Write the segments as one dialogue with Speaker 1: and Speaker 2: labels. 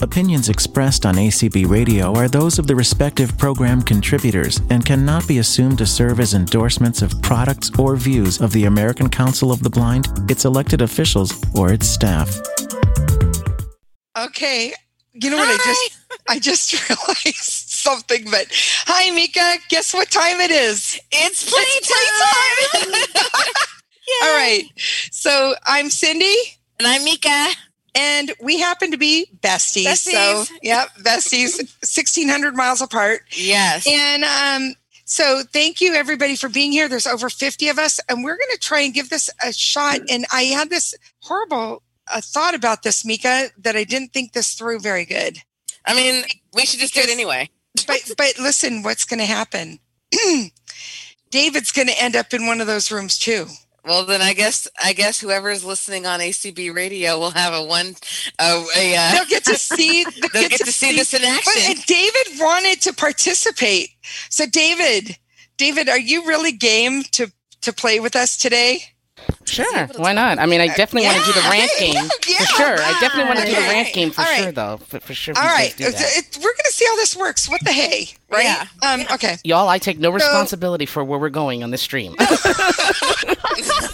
Speaker 1: Opinions expressed on ACB Radio are those of the respective program contributors and cannot be assumed to serve as endorsements of products or views of the American Council of the Blind, its elected officials, or its staff.
Speaker 2: Okay. You know what I just I just realized something, but hi Mika, guess what time it is?
Speaker 3: It's playtime.
Speaker 2: All right. So I'm Cindy
Speaker 3: And I'm Mika.
Speaker 2: and we happen to be besties. So
Speaker 3: Besties.
Speaker 2: yep, besties, sixteen hundred miles apart.
Speaker 3: Yes.
Speaker 2: And um so thank you everybody for being here. There's over 50 of us and we're going to try and give this a shot and I had this horrible uh, thought about this Mika that I didn't think this through very good.
Speaker 3: I mean, we should just do it anyway.
Speaker 2: but but listen, what's going to happen? David's going to end up in one of those rooms too.
Speaker 3: Well, then I guess I guess whoever's listening on ACB radio will have a one a, a uh,
Speaker 2: They'll get to see. They'll,
Speaker 3: they'll get to see this in
Speaker 2: But
Speaker 3: action.
Speaker 2: and David wanted to participate. So David, David, are you really game to to play with us today?
Speaker 4: Sure, why not? I mean, I definitely want to do the
Speaker 2: Yeah,
Speaker 4: rant
Speaker 2: yeah,
Speaker 4: game
Speaker 2: yeah.
Speaker 4: for sure. I definitely want to do the
Speaker 2: Okay.
Speaker 4: rant game for
Speaker 2: All right.
Speaker 4: sure, though. For, for sure, we
Speaker 2: All
Speaker 4: should
Speaker 2: right,
Speaker 4: do that.
Speaker 2: It- we're going to see how this works. What the hey, right?
Speaker 3: Yeah.
Speaker 2: Um. Okay.
Speaker 4: Y'all, I take no responsibility for where we're going on this stream.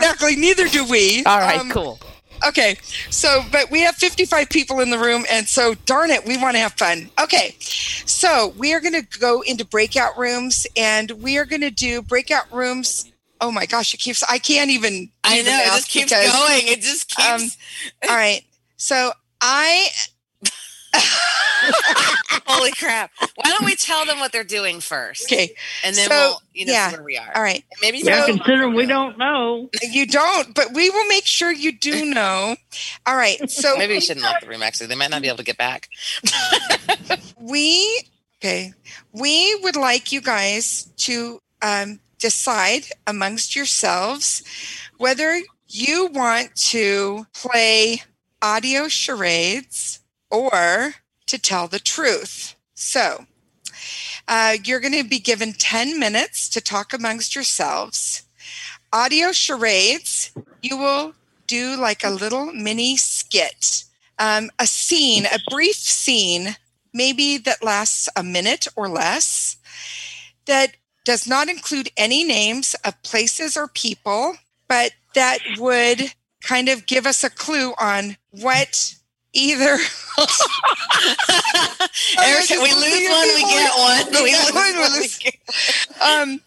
Speaker 2: Exactly. Neither do we.
Speaker 4: All right,
Speaker 2: Um,
Speaker 4: cool.
Speaker 2: Okay. So, but we have 55 people in the room. And so, darn it, we want to have fun. Okay. So, we are going to go into breakout rooms and we are going to do breakout rooms. Oh my gosh, it keeps, I can't even.
Speaker 3: I
Speaker 2: even
Speaker 3: know it
Speaker 2: ask
Speaker 3: just keeps
Speaker 2: because-
Speaker 3: going. It just keeps.
Speaker 2: Um, All right. So, I,
Speaker 3: holy crap! Why don't we tell them what they're doing first,
Speaker 2: okay.
Speaker 3: and then
Speaker 2: so,
Speaker 3: we'll you know
Speaker 2: yeah.
Speaker 3: where we are.
Speaker 2: All right.
Speaker 3: Maybe
Speaker 2: Yeah,
Speaker 3: tell them-
Speaker 5: considering we don't know.
Speaker 2: You don't, but we will make sure you do know. All right. So,
Speaker 3: Maybe we shouldn't lock the room. Actually, they might not be able to get back.
Speaker 2: we okay we would like you guys to um, decide amongst yourselves whether you want to play audio charades or to tell the truth so uh, you're going to be given 10 minutes to talk amongst yourselves audio charades you will do like a little mini skit um, a scene a brief scene maybe that lasts a minute or less, that does not include any names of places or people, but that would kind of give us a clue on what either
Speaker 3: Eric, we lose one, we get one.
Speaker 2: We
Speaker 3: We
Speaker 2: get
Speaker 3: lose
Speaker 2: one, we
Speaker 3: one, we
Speaker 2: lose-
Speaker 3: get
Speaker 2: um,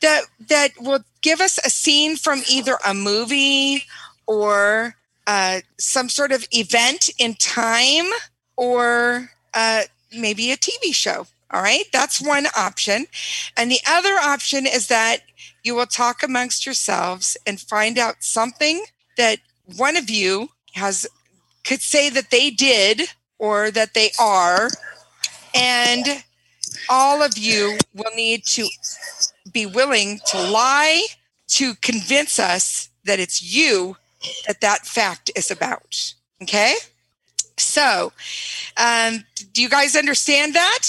Speaker 2: that that will give us a scene from either a movie or uh, some sort of event in time or uh, maybe a TV show. All right, that's one option. And the other option is that you will talk amongst yourselves and find out something that one of you has could say that they did or that they are and all of you will need to be willing to lie to convince us that it's you that that fact is about. Okay. So, um, do you guys understand that?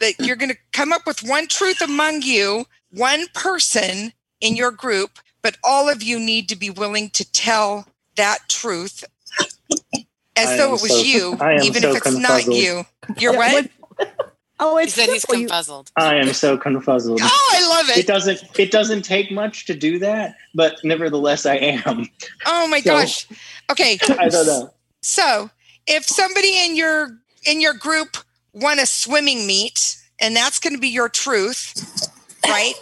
Speaker 2: That you're going to come up with one truth among you, one person in your group, but all of you need to be willing to tell that truth as
Speaker 6: I
Speaker 2: though
Speaker 6: am
Speaker 2: it was
Speaker 6: so-
Speaker 2: you,
Speaker 6: I am
Speaker 2: even
Speaker 6: so
Speaker 2: if it's not
Speaker 6: confuzzled.
Speaker 2: you. You're what?
Speaker 7: Oh,
Speaker 3: He
Speaker 7: it's
Speaker 3: said he's
Speaker 7: simple. You-
Speaker 3: confuzzled.
Speaker 6: I am so confuzzled.
Speaker 2: Oh, I love
Speaker 6: It
Speaker 2: it.
Speaker 6: doesn't it doesn't take much to do that, but nevertheless I am.
Speaker 2: Oh my
Speaker 6: So-
Speaker 2: gosh. Okay.
Speaker 6: I don't know.
Speaker 2: So, if somebody in your in your group won a swimming meet, and that's going to be your truth, right?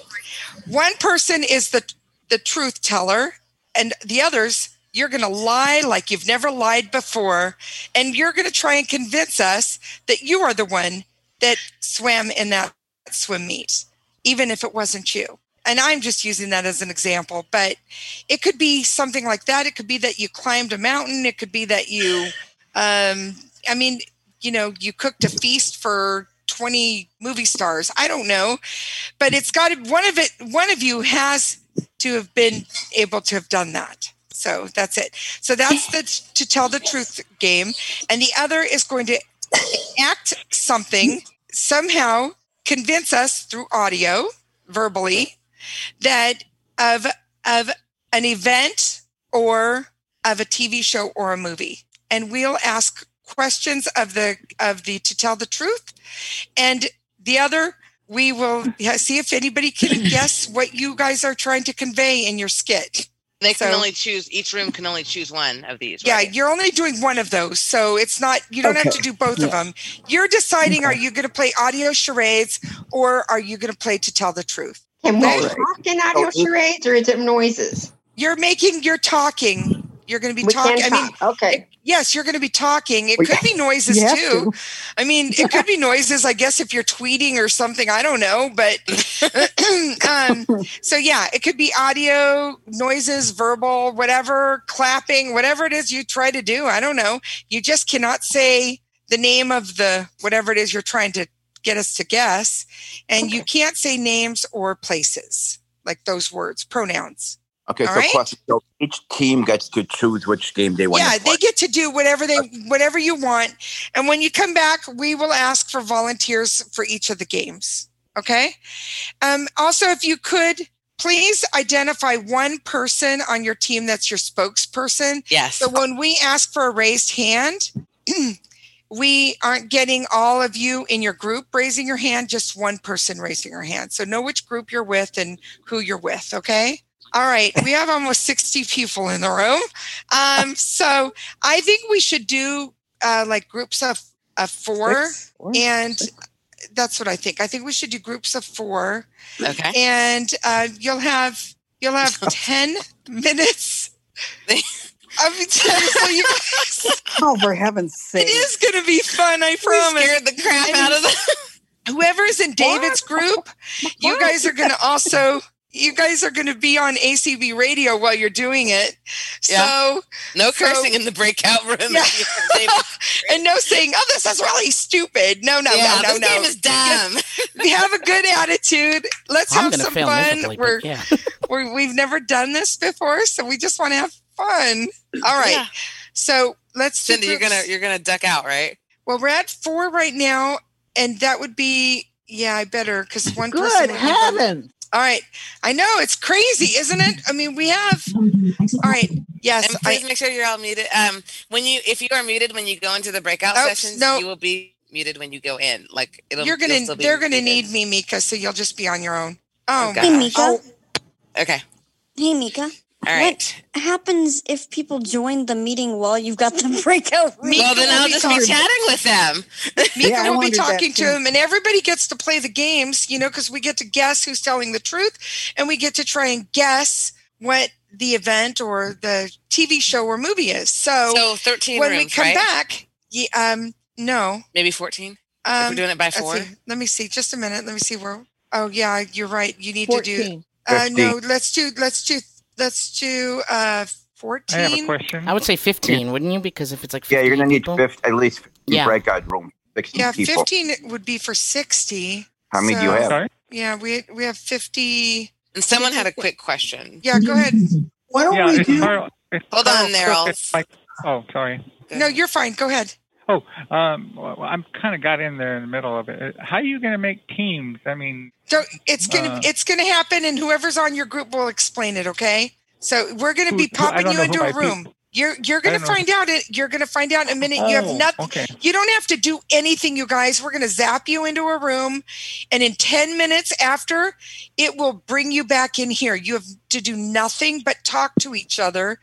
Speaker 2: One person is the the truth teller, and the others you're going to lie like you've never lied before, and you're going to try and convince us that you are the one that swam in that swim meet, even if it wasn't you. And I'm just using that as an example, but it could be something like that. It could be that you climbed a mountain. It could be that you, um, I mean, you know, you cooked a feast for 20 movie stars. I don't know, but it's got to, one of it, one of you has to have been able to have done that. So that's it. So that's the to tell the truth game. And the other is going to act something, somehow convince us through audio, verbally, that of of an event or of a TV show or a movie. And we'll ask questions of the of the to tell the truth and the other we will yeah, see if anybody can guess what you guys are trying to convey in your skit
Speaker 3: They can
Speaker 2: So-
Speaker 3: only choose. Each room can only choose one of these.
Speaker 2: yeah
Speaker 3: right?
Speaker 2: you're only doing one of those so it's not you don't have
Speaker 6: Okay.
Speaker 2: to do both of
Speaker 6: Yeah.
Speaker 2: them you're deciding are you going to play audio charades or are you going to play to tell the truth
Speaker 5: Can we
Speaker 2: All
Speaker 6: right.
Speaker 5: talk in audio
Speaker 6: Oh, it-
Speaker 5: charades or is it noises?
Speaker 2: you're making you're talking you're going to be
Speaker 5: We
Speaker 2: talking i
Speaker 5: can
Speaker 2: mean
Speaker 5: talk. okay.
Speaker 2: yes you're going to be talking it
Speaker 5: We-
Speaker 2: could be noises
Speaker 5: You have
Speaker 2: too I mean, it could be noises, I guess, if you're tweeting or something. I don't know, but um, so yeah, it could be audio, noises, verbal, whatever, clapping, whatever it is you try to do. I don't know. You just cannot say the name of the whatever it is you're trying to get us to guess, and you can't say names or places like those words, pronouns.
Speaker 7: Okay,
Speaker 2: All
Speaker 7: so
Speaker 2: right.
Speaker 7: question. So each team gets to choose which game they want.
Speaker 2: yeah,
Speaker 7: to play.
Speaker 2: they get to do whatever they whatever you want, and when you come back, we will ask for volunteers for each of the games. Okay. Um, also, if you could please identify one person on your team that's your spokesperson.
Speaker 3: Yes.
Speaker 2: So when we ask for a raised hand, we aren't getting all of you in your group raising your hand, just one person raising her hand. So know which group you're with and who you're with. Okay. All right. We have almost 60 people in the room. Um, so I think we should do uh, like groups of, of four. And that's what I think. I think we should do groups of four
Speaker 3: okay.
Speaker 2: and uh, you'll have you'll have ten minutes. I'm so you guys,
Speaker 8: Oh, for heaven's
Speaker 2: it
Speaker 8: sake.
Speaker 2: is going to be fun. I
Speaker 3: We
Speaker 2: promise.
Speaker 3: scared the crap out of the.
Speaker 2: Whoever's in David's group, you guys are going to also you guys are going to be on ACB radio while you're doing it. So
Speaker 3: Yeah. No
Speaker 2: So-
Speaker 3: cursing in the breakout room.
Speaker 2: Yeah. and no saying, "Oh, this is really stupid." No, no,
Speaker 3: yeah,
Speaker 2: no, no,
Speaker 3: this game
Speaker 2: no.
Speaker 3: is dumb.
Speaker 2: have a good attitude. Let's
Speaker 4: I'm
Speaker 2: have
Speaker 4: gonna
Speaker 2: some
Speaker 4: fail
Speaker 2: fun.
Speaker 4: miserably.
Speaker 2: We're
Speaker 4: But yeah.
Speaker 2: We're, we've never done this before, so we just want to have fun. All right.
Speaker 3: Yeah.
Speaker 2: So let's do
Speaker 3: Cindy, you're
Speaker 2: groups.
Speaker 3: gonna you're gonna duck out, right?
Speaker 2: well, we're at four right now, and that would be yeah, I better because one person.
Speaker 8: Good
Speaker 2: would be-
Speaker 8: heaven.
Speaker 2: All right. I know it's crazy, isn't it? I mean, we have. All right. Yes.
Speaker 3: and please
Speaker 2: I,
Speaker 3: make sure you're all muted. Um, when you if you are muted when you go into the breakout
Speaker 2: Nope,
Speaker 3: sessions,
Speaker 2: no.
Speaker 3: you will be muted when you go in. Like it'll
Speaker 2: you're
Speaker 3: you'll
Speaker 2: gonna.
Speaker 3: still be
Speaker 2: They're gonna
Speaker 3: muted.
Speaker 2: need me, Mika. So you'll just be on your own. Oh,
Speaker 3: Oh,
Speaker 2: my-
Speaker 3: God.
Speaker 9: Hey, Mika.
Speaker 2: Oh.
Speaker 3: Okay,
Speaker 9: Hey, Mika.
Speaker 3: all right.
Speaker 9: What happens if people join the meeting while you've got the breakout room?
Speaker 2: Mika
Speaker 3: well, then
Speaker 2: will
Speaker 3: I'll
Speaker 2: be
Speaker 3: just
Speaker 2: talking-
Speaker 3: be chatting with them.
Speaker 2: Mika
Speaker 8: Yeah, I
Speaker 2: will be
Speaker 8: wondered that
Speaker 2: talking to
Speaker 8: too.
Speaker 2: him, and everybody gets to play the games, you know, because we get to guess who's telling the truth, and we get to try and guess what the event or the TV show or movie is. So,
Speaker 3: So 13
Speaker 2: when
Speaker 3: rooms,
Speaker 2: we come
Speaker 3: right?
Speaker 2: back, ye- um, no,
Speaker 3: Maybe 14. if
Speaker 2: um,
Speaker 3: we're doing it by
Speaker 2: let's
Speaker 3: four.
Speaker 2: see. let me see, just a minute, let me see where. Oh yeah, you're right. You need to
Speaker 8: 14.
Speaker 2: do. Uh,
Speaker 7: Fifteen.
Speaker 2: no, let's do. Let's do. Let's do. Uh,
Speaker 10: I have a
Speaker 2: fourteen.
Speaker 10: question.
Speaker 4: I would say 15, wouldn't you? Because if it's like 15
Speaker 7: Yeah, you're gonna need
Speaker 4: people-
Speaker 7: 50, at least 50
Speaker 4: Yeah.
Speaker 7: breakout room, sixty
Speaker 2: Yeah,
Speaker 7: people.
Speaker 2: fifteen would be for sixty.
Speaker 7: How many do you
Speaker 2: so-
Speaker 7: have?
Speaker 10: Sorry.
Speaker 2: Yeah, we we have fifty.
Speaker 3: And someone had a quick question.
Speaker 2: Yeah, go ahead.
Speaker 8: Why don't
Speaker 10: Yeah,
Speaker 8: we
Speaker 10: it's
Speaker 8: do
Speaker 10: Carl. it's
Speaker 3: Hold
Speaker 10: Carl
Speaker 3: on there, I'll-
Speaker 10: Crooked, like- Oh, sorry.
Speaker 3: Go
Speaker 2: No,
Speaker 3: ahead.
Speaker 2: you're fine. Go ahead.
Speaker 10: Oh, um, well, I'm kind of got in there in the middle of it. How are you going to make teams? I mean,
Speaker 2: Don't, it's gonna
Speaker 10: Uh,
Speaker 2: it's gonna happen, and whoever's on your group will explain it. Okay. So we're gonna be
Speaker 10: Who- who- I
Speaker 2: popping
Speaker 10: don't
Speaker 2: you
Speaker 10: know
Speaker 2: into
Speaker 10: who
Speaker 2: a
Speaker 10: I pick.
Speaker 2: room. You're you're gonna
Speaker 10: don't know.
Speaker 2: find out it. You're gonna find out in a minute. you have
Speaker 10: Oh,
Speaker 2: nothing.
Speaker 10: Okay.
Speaker 2: You don't have to do anything, you guys. We're gonna zap you into a room, and in ten minutes after, it will bring you back in here. You have to do nothing but talk to each other,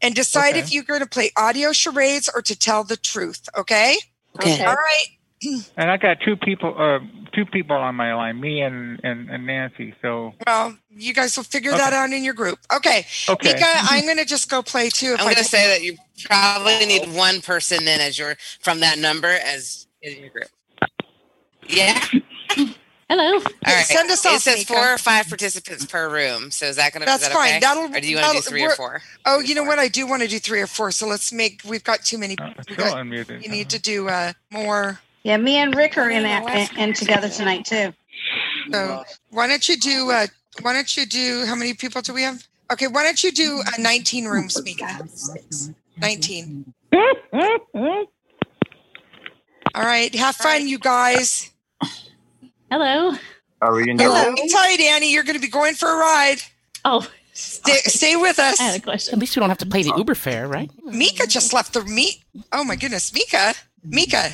Speaker 2: and decide
Speaker 10: Okay.
Speaker 2: if you're gonna play audio charades or to tell the truth. Okay.
Speaker 3: Okay.
Speaker 2: All right.
Speaker 10: And I got two people, uh, two people on my line, me and and, and Nancy. So
Speaker 2: Well, you guys will figure that out in your group. Okay.
Speaker 10: okay.
Speaker 2: Mika, I'm going to just go play too. If
Speaker 3: I'm
Speaker 2: I
Speaker 3: going
Speaker 2: can.
Speaker 3: to say that you probably need one person then as your from that number as in your group. Yeah.
Speaker 11: Hello.
Speaker 3: All right.
Speaker 2: Send us
Speaker 3: It
Speaker 2: off,
Speaker 3: says
Speaker 2: Mika.
Speaker 3: four or five participants per room. So is that going to
Speaker 2: That's
Speaker 3: is that
Speaker 2: fine.
Speaker 3: Okay?
Speaker 2: That'll-
Speaker 3: or do you want to do
Speaker 2: that'll-
Speaker 3: three or
Speaker 2: we're-
Speaker 3: four?
Speaker 2: Oh, you know what? I do want to do three or four. So let's make, we've got too many.
Speaker 10: Uh,
Speaker 2: we
Speaker 10: still
Speaker 2: got,
Speaker 10: unmuted.
Speaker 2: you need to do uh, more.
Speaker 11: Yeah, me and Rick are in that in together tonight too.
Speaker 2: So why don't you do, uh, why don't you do, how many people do we have? Okay. Why don't you do uh, 19 rooms, Mika? 19. All right. Have fun, you guys.
Speaker 11: Hello.
Speaker 7: Are we in the
Speaker 2: Let
Speaker 7: room?
Speaker 2: me tell you, Danny, you're going to be going for a ride.
Speaker 11: Oh,
Speaker 2: Stay, stay with us.
Speaker 11: I had a question.
Speaker 4: At least we don't have to pay the Uber fare, right?
Speaker 2: Mika just left the meet. Oh my goodness, Mika. Mika,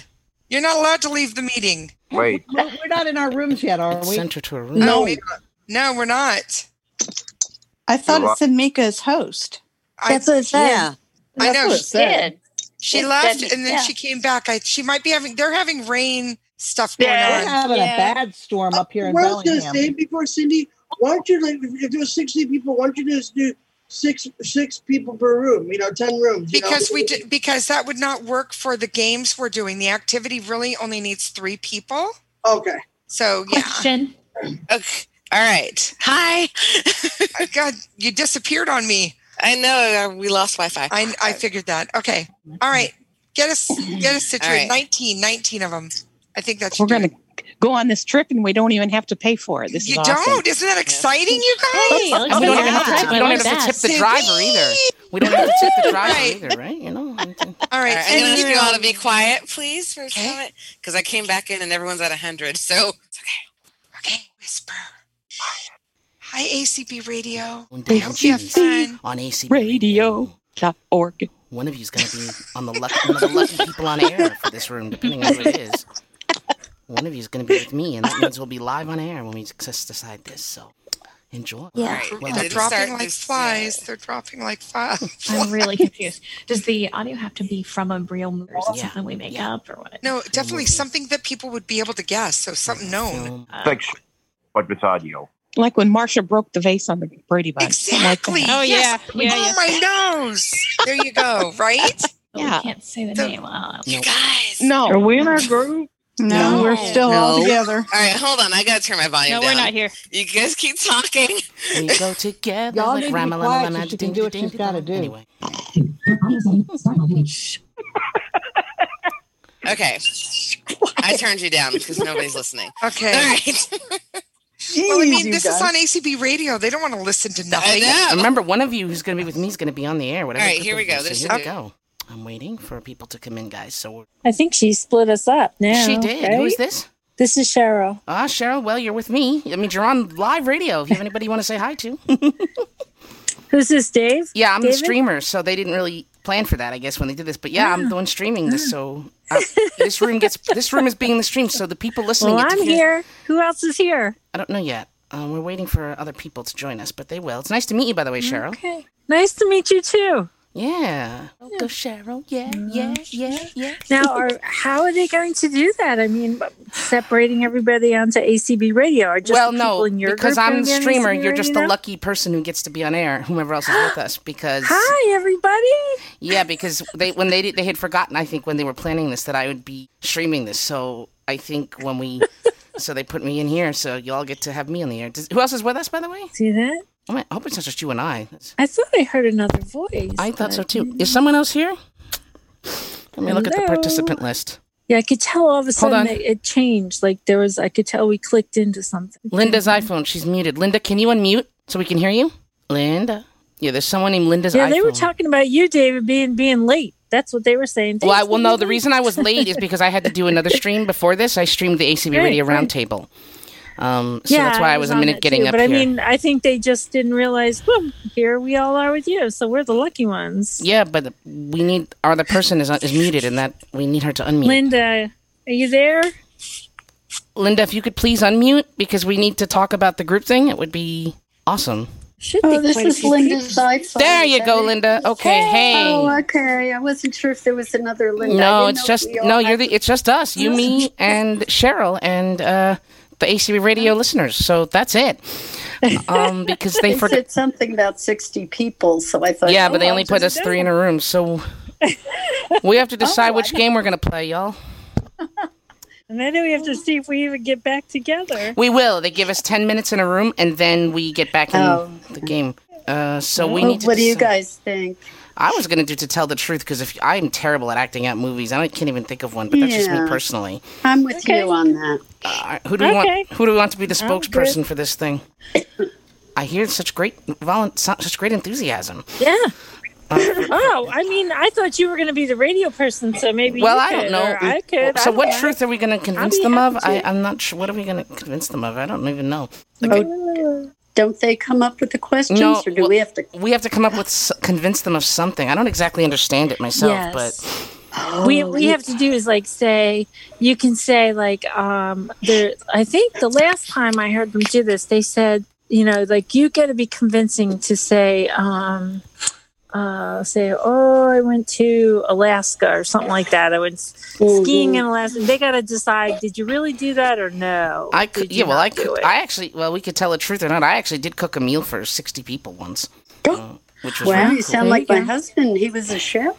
Speaker 2: you're not allowed to leave the meeting.
Speaker 7: Wait.
Speaker 5: We're, we're not in our rooms yet, are we?
Speaker 4: Sent her to her room.
Speaker 2: Oh,
Speaker 5: No.
Speaker 2: Mika. No, we're not.
Speaker 8: I thought
Speaker 7: You're
Speaker 8: it
Speaker 7: right.
Speaker 8: said Mika is host.
Speaker 2: I-
Speaker 9: That's what it said.
Speaker 8: Yeah.
Speaker 2: I
Speaker 5: That's
Speaker 2: know
Speaker 5: what it
Speaker 2: she
Speaker 5: said.
Speaker 2: She
Speaker 8: It's
Speaker 2: left
Speaker 8: been-
Speaker 2: and then
Speaker 8: yeah.
Speaker 2: she came back. I she might be having they're having rain stuff going
Speaker 5: We're
Speaker 2: on.
Speaker 5: having
Speaker 8: Yeah.
Speaker 5: a bad storm up here in
Speaker 12: What I was gonna say
Speaker 5: Bellingham.
Speaker 12: before Cindy, why don't you like if, if there's sixty people, why don't you just do six six people per room? You know, ten rooms. you know?
Speaker 2: Because we did because that would not work for the games we're doing. The activity really only needs three people.
Speaker 12: Okay.
Speaker 2: So yeah.
Speaker 11: Question.
Speaker 3: Okay. All right. Hi.
Speaker 2: God, you disappeared on me.
Speaker 3: I know uh, we lost Wi-Fi.
Speaker 2: I I figured that. Okay. All right. Get us get us situated.
Speaker 3: right.
Speaker 2: 19, 19 of them. I think that's
Speaker 13: We're going to go on this trip and we don't even have to pay for it. This
Speaker 2: You
Speaker 13: is awesome.
Speaker 2: don't? Isn't that exciting, you guys?
Speaker 11: Hey, Alex,
Speaker 4: And we don't even
Speaker 11: yeah.
Speaker 4: have to, we
Speaker 11: I
Speaker 4: don't
Speaker 11: like
Speaker 4: even have to
Speaker 11: that.
Speaker 4: tip the driver either. We don't have to tip the driver either, right? You know.
Speaker 2: All right.
Speaker 3: All right, I'm going to
Speaker 2: and-
Speaker 3: need you all to be quiet, please, for a
Speaker 2: Okay.
Speaker 3: moment, because I came back in and everyone's at 100. So
Speaker 2: Okay, whisper. Hi, ACB Radio.
Speaker 4: One day
Speaker 2: I
Speaker 4: on
Speaker 2: hope you have
Speaker 4: Tuesday
Speaker 2: fun.
Speaker 4: on AC
Speaker 13: Radio. Dot org.
Speaker 4: One of you's gonna be on the lucky, one of the lucky people on air for this room, depending on who it is. One of you's gonna be with me, and that means we'll be live on air when we just decide this. So enjoy.
Speaker 9: Yeah.
Speaker 3: All right,
Speaker 4: Well,
Speaker 2: They're
Speaker 3: let's
Speaker 2: dropping
Speaker 3: start
Speaker 2: like
Speaker 3: this, uh,
Speaker 2: flies. They're dropping like flies.
Speaker 14: I'm really confused. Does the audio have to be from a real movie? Is it
Speaker 4: Yeah.
Speaker 14: something we make
Speaker 4: Yeah.
Speaker 14: up or what?
Speaker 2: No, definitely something that people would be able to guess. So something known.
Speaker 4: Film.
Speaker 14: Uh,
Speaker 7: Like, sh- but with audio.
Speaker 13: Like when Marsha broke the vase on the Brady Bunch. something like
Speaker 2: Exactly.
Speaker 13: that.
Speaker 2: yes.
Speaker 13: yeah, yeah,
Speaker 2: oh
Speaker 13: yeah.
Speaker 2: my nose. There you go.
Speaker 8: Oh,
Speaker 2: Right?
Speaker 14: but
Speaker 13: yeah.
Speaker 14: We can't say the
Speaker 2: The-
Speaker 14: name. Uh,
Speaker 2: you guys.
Speaker 13: No.
Speaker 10: Are we in our group?
Speaker 8: No,
Speaker 2: No.
Speaker 8: we're still all together.
Speaker 3: All right, hold on. I got to turn my volume
Speaker 13: No,
Speaker 3: down.
Speaker 13: we're not here.
Speaker 3: You guys keep talking.
Speaker 4: We go together
Speaker 5: Y'all
Speaker 4: like
Speaker 5: need to be
Speaker 4: Ramallah,
Speaker 5: quiet so
Speaker 4: Lamad,
Speaker 5: she can
Speaker 4: ding,
Speaker 5: do what
Speaker 4: ding,
Speaker 5: she's gotta
Speaker 4: ding.
Speaker 5: do.
Speaker 4: Anyway,
Speaker 3: Okay. I turned you down because nobody's listening. All
Speaker 2: Okay.
Speaker 3: right.
Speaker 2: Well, I
Speaker 5: Jeez,
Speaker 2: mean,
Speaker 5: you
Speaker 2: this
Speaker 5: guys.
Speaker 2: is on ACB Radio. They don't want to listen to
Speaker 3: I
Speaker 2: nothing.
Speaker 3: know.
Speaker 4: remember, one of you who's gonna be with me is gonna be on the air. Whatever.
Speaker 3: All right,
Speaker 4: group
Speaker 3: here
Speaker 4: of
Speaker 3: we
Speaker 4: you,
Speaker 3: go.
Speaker 4: so
Speaker 3: This
Speaker 4: here
Speaker 3: is
Speaker 4: we
Speaker 3: it.
Speaker 4: go. I'm waiting for people to come in, guys. So we're-
Speaker 15: I think she split us up now.
Speaker 4: she did. Who is this?
Speaker 15: This is Cheryl.
Speaker 4: Ah, Cheryl. Well, you're with me. I mean, you're on live radio. If you have anybody you want to say hi to.
Speaker 15: Who's this, Dave?
Speaker 4: Yeah, I'm the
Speaker 15: David?
Speaker 4: streamer, so they didn't really plan for that, I guess, when they did this. But yeah,
Speaker 15: Ah.
Speaker 4: I'm the one streaming this, so uh, this room gets this room is being the stream, so the people listening.
Speaker 15: Well,
Speaker 4: get to
Speaker 15: I'm
Speaker 4: hear-
Speaker 15: here. Who else is here?
Speaker 4: I don't know yet. Um, we're waiting for other people to join us, but they will. It's nice to meet you, by the way, Cheryl.
Speaker 15: Okay. Nice to meet you too.
Speaker 4: Yeah. Go, Cheryl. Yeah, yeah, yeah, yeah.
Speaker 15: Now, are, how are they going to do that? I mean, separating everybody onto ACB radio? Are just
Speaker 4: well,
Speaker 15: the
Speaker 4: no,
Speaker 15: people in your
Speaker 4: because
Speaker 15: group
Speaker 4: I'm
Speaker 15: gonna
Speaker 4: the
Speaker 15: be on
Speaker 4: streamer.
Speaker 15: ACB
Speaker 4: You're just the
Speaker 15: radio?
Speaker 4: lucky person who gets to be on air. Whomever else is with us, because
Speaker 15: Hi, everybody.
Speaker 4: Yeah, because they when they did, they had forgotten. I think when they were planning this that I would be streaming this. So I think when we, so they put me in here. So y'all get to have me on the air. Does, who else is with us, by the way?
Speaker 15: See that?
Speaker 4: Oh, man, I hope it's not just you and I. That's-
Speaker 15: I thought I heard another voice.
Speaker 4: I thought so
Speaker 15: but- mm.
Speaker 4: too. Is someone else here? Let me look at the
Speaker 15: Hello?
Speaker 4: participant list.
Speaker 15: Yeah, I could tell all of a
Speaker 4: on.
Speaker 15: sudden it, it changed. Like there was, I could tell we clicked into something.
Speaker 4: Linda's iPhone. She's muted. Linda, can you unmute so we can hear you? Linda. Yeah, there's someone named Linda's
Speaker 15: yeah,
Speaker 4: iPhone.
Speaker 15: they were talking about you, David, being being late. That's what they were saying.
Speaker 4: Well, I,
Speaker 15: Thanks
Speaker 4: well,
Speaker 15: for
Speaker 4: no.
Speaker 15: being
Speaker 4: The
Speaker 15: late.
Speaker 4: reason I was late is because I had to do another stream before this. I streamed the ACB
Speaker 15: Right,
Speaker 4: Radio
Speaker 15: right.
Speaker 4: Roundtable, um, so that's why I was a
Speaker 15: on
Speaker 4: minute
Speaker 15: that
Speaker 4: getting
Speaker 15: too,
Speaker 4: up
Speaker 15: But
Speaker 4: here.
Speaker 15: I mean, I think they just didn't realize. Boom, here we all are with you. So we're the lucky ones.
Speaker 4: yeah, but we need our the person is is muted, and that we need her to unmute.
Speaker 15: Linda, are you there?
Speaker 4: Linda, if you could please unmute because we need to talk about the group thing, it would be awesome.
Speaker 15: Should
Speaker 8: Oh,
Speaker 15: be
Speaker 8: this
Speaker 15: quite a
Speaker 8: is
Speaker 15: few
Speaker 8: Linda's
Speaker 15: people.
Speaker 8: iPhone.
Speaker 4: There you go, Linda. Okay, hey.
Speaker 8: Oh, okay. I wasn't sure if there was another Linda. I
Speaker 4: no,
Speaker 8: didn't
Speaker 4: it's
Speaker 8: know
Speaker 4: just
Speaker 8: we all
Speaker 4: no.
Speaker 8: had
Speaker 4: You're the. It's just us, you, me, and Cheryl, and uh, the ACB Radio listeners. So that's it. Um, because they
Speaker 8: They
Speaker 4: forgot.
Speaker 8: said something about 60 people, so I thought.
Speaker 4: yeah, but they
Speaker 8: oh,
Speaker 4: only
Speaker 8: I'll
Speaker 4: put us
Speaker 8: just Oh,
Speaker 4: three
Speaker 8: go.
Speaker 4: in a room, so we have to decide which game we're gonna play, y'all.
Speaker 15: And then we have to see if we even get back together.
Speaker 4: We will. They give us ten minutes in a room, and then we get back in
Speaker 8: Oh.
Speaker 4: the game. Uh, so we
Speaker 8: Oh,
Speaker 4: need to.
Speaker 8: what do you
Speaker 4: decide-
Speaker 8: guys think?
Speaker 4: I was gonna do to tell the truth because if I'm terrible at acting out movies, I don't- can't even think of one. But that's just me
Speaker 8: Yeah.
Speaker 4: personally.
Speaker 8: I'm with
Speaker 15: Okay.
Speaker 8: you on that.
Speaker 4: Uh, who do we
Speaker 15: Okay.
Speaker 4: want? Who do we want to be the
Speaker 15: I'm good.
Speaker 4: spokesperson for this thing? I hear such great volun- so- such great enthusiasm.
Speaker 15: Yeah. oh, I mean, I thought you were going to be the radio person, so maybe.
Speaker 4: Well,
Speaker 15: you
Speaker 4: I
Speaker 15: could,
Speaker 4: don't know.
Speaker 15: or I could.
Speaker 4: So,
Speaker 15: I
Speaker 4: what
Speaker 15: don't
Speaker 4: truth are we going to convince
Speaker 15: be
Speaker 4: them of?
Speaker 15: happy
Speaker 4: I,
Speaker 15: to.
Speaker 4: I'm not sure. What are we going to convince them of? I don't even know.
Speaker 8: Oh, don't they come up with the questions,
Speaker 4: No,
Speaker 8: or do
Speaker 4: well-
Speaker 8: we have to?
Speaker 4: We have to come up with s- convince them of something. I don't exactly understand it myself,
Speaker 15: Yes.
Speaker 4: but
Speaker 15: we
Speaker 4: Oh,
Speaker 15: we
Speaker 8: Oh,
Speaker 15: have to do is like say you can say like um there I think the last time I heard them do this they said you know like you got to be convincing to say um uh say oh I went to Alaska or something like that I was
Speaker 4: Mm-hmm.
Speaker 15: skiing in Alaska they got to decide did you really do that or no
Speaker 4: I could,
Speaker 15: Did you
Speaker 4: yeah, well,
Speaker 15: not
Speaker 4: I
Speaker 15: do
Speaker 4: could,
Speaker 15: it?
Speaker 4: I actually, well, we could tell the truth or not. I actually did cook a meal for 60 people once. uh, which was
Speaker 8: Oh. Wow,
Speaker 4: really
Speaker 8: you
Speaker 4: cool.
Speaker 8: sound like my husband. He was a chef.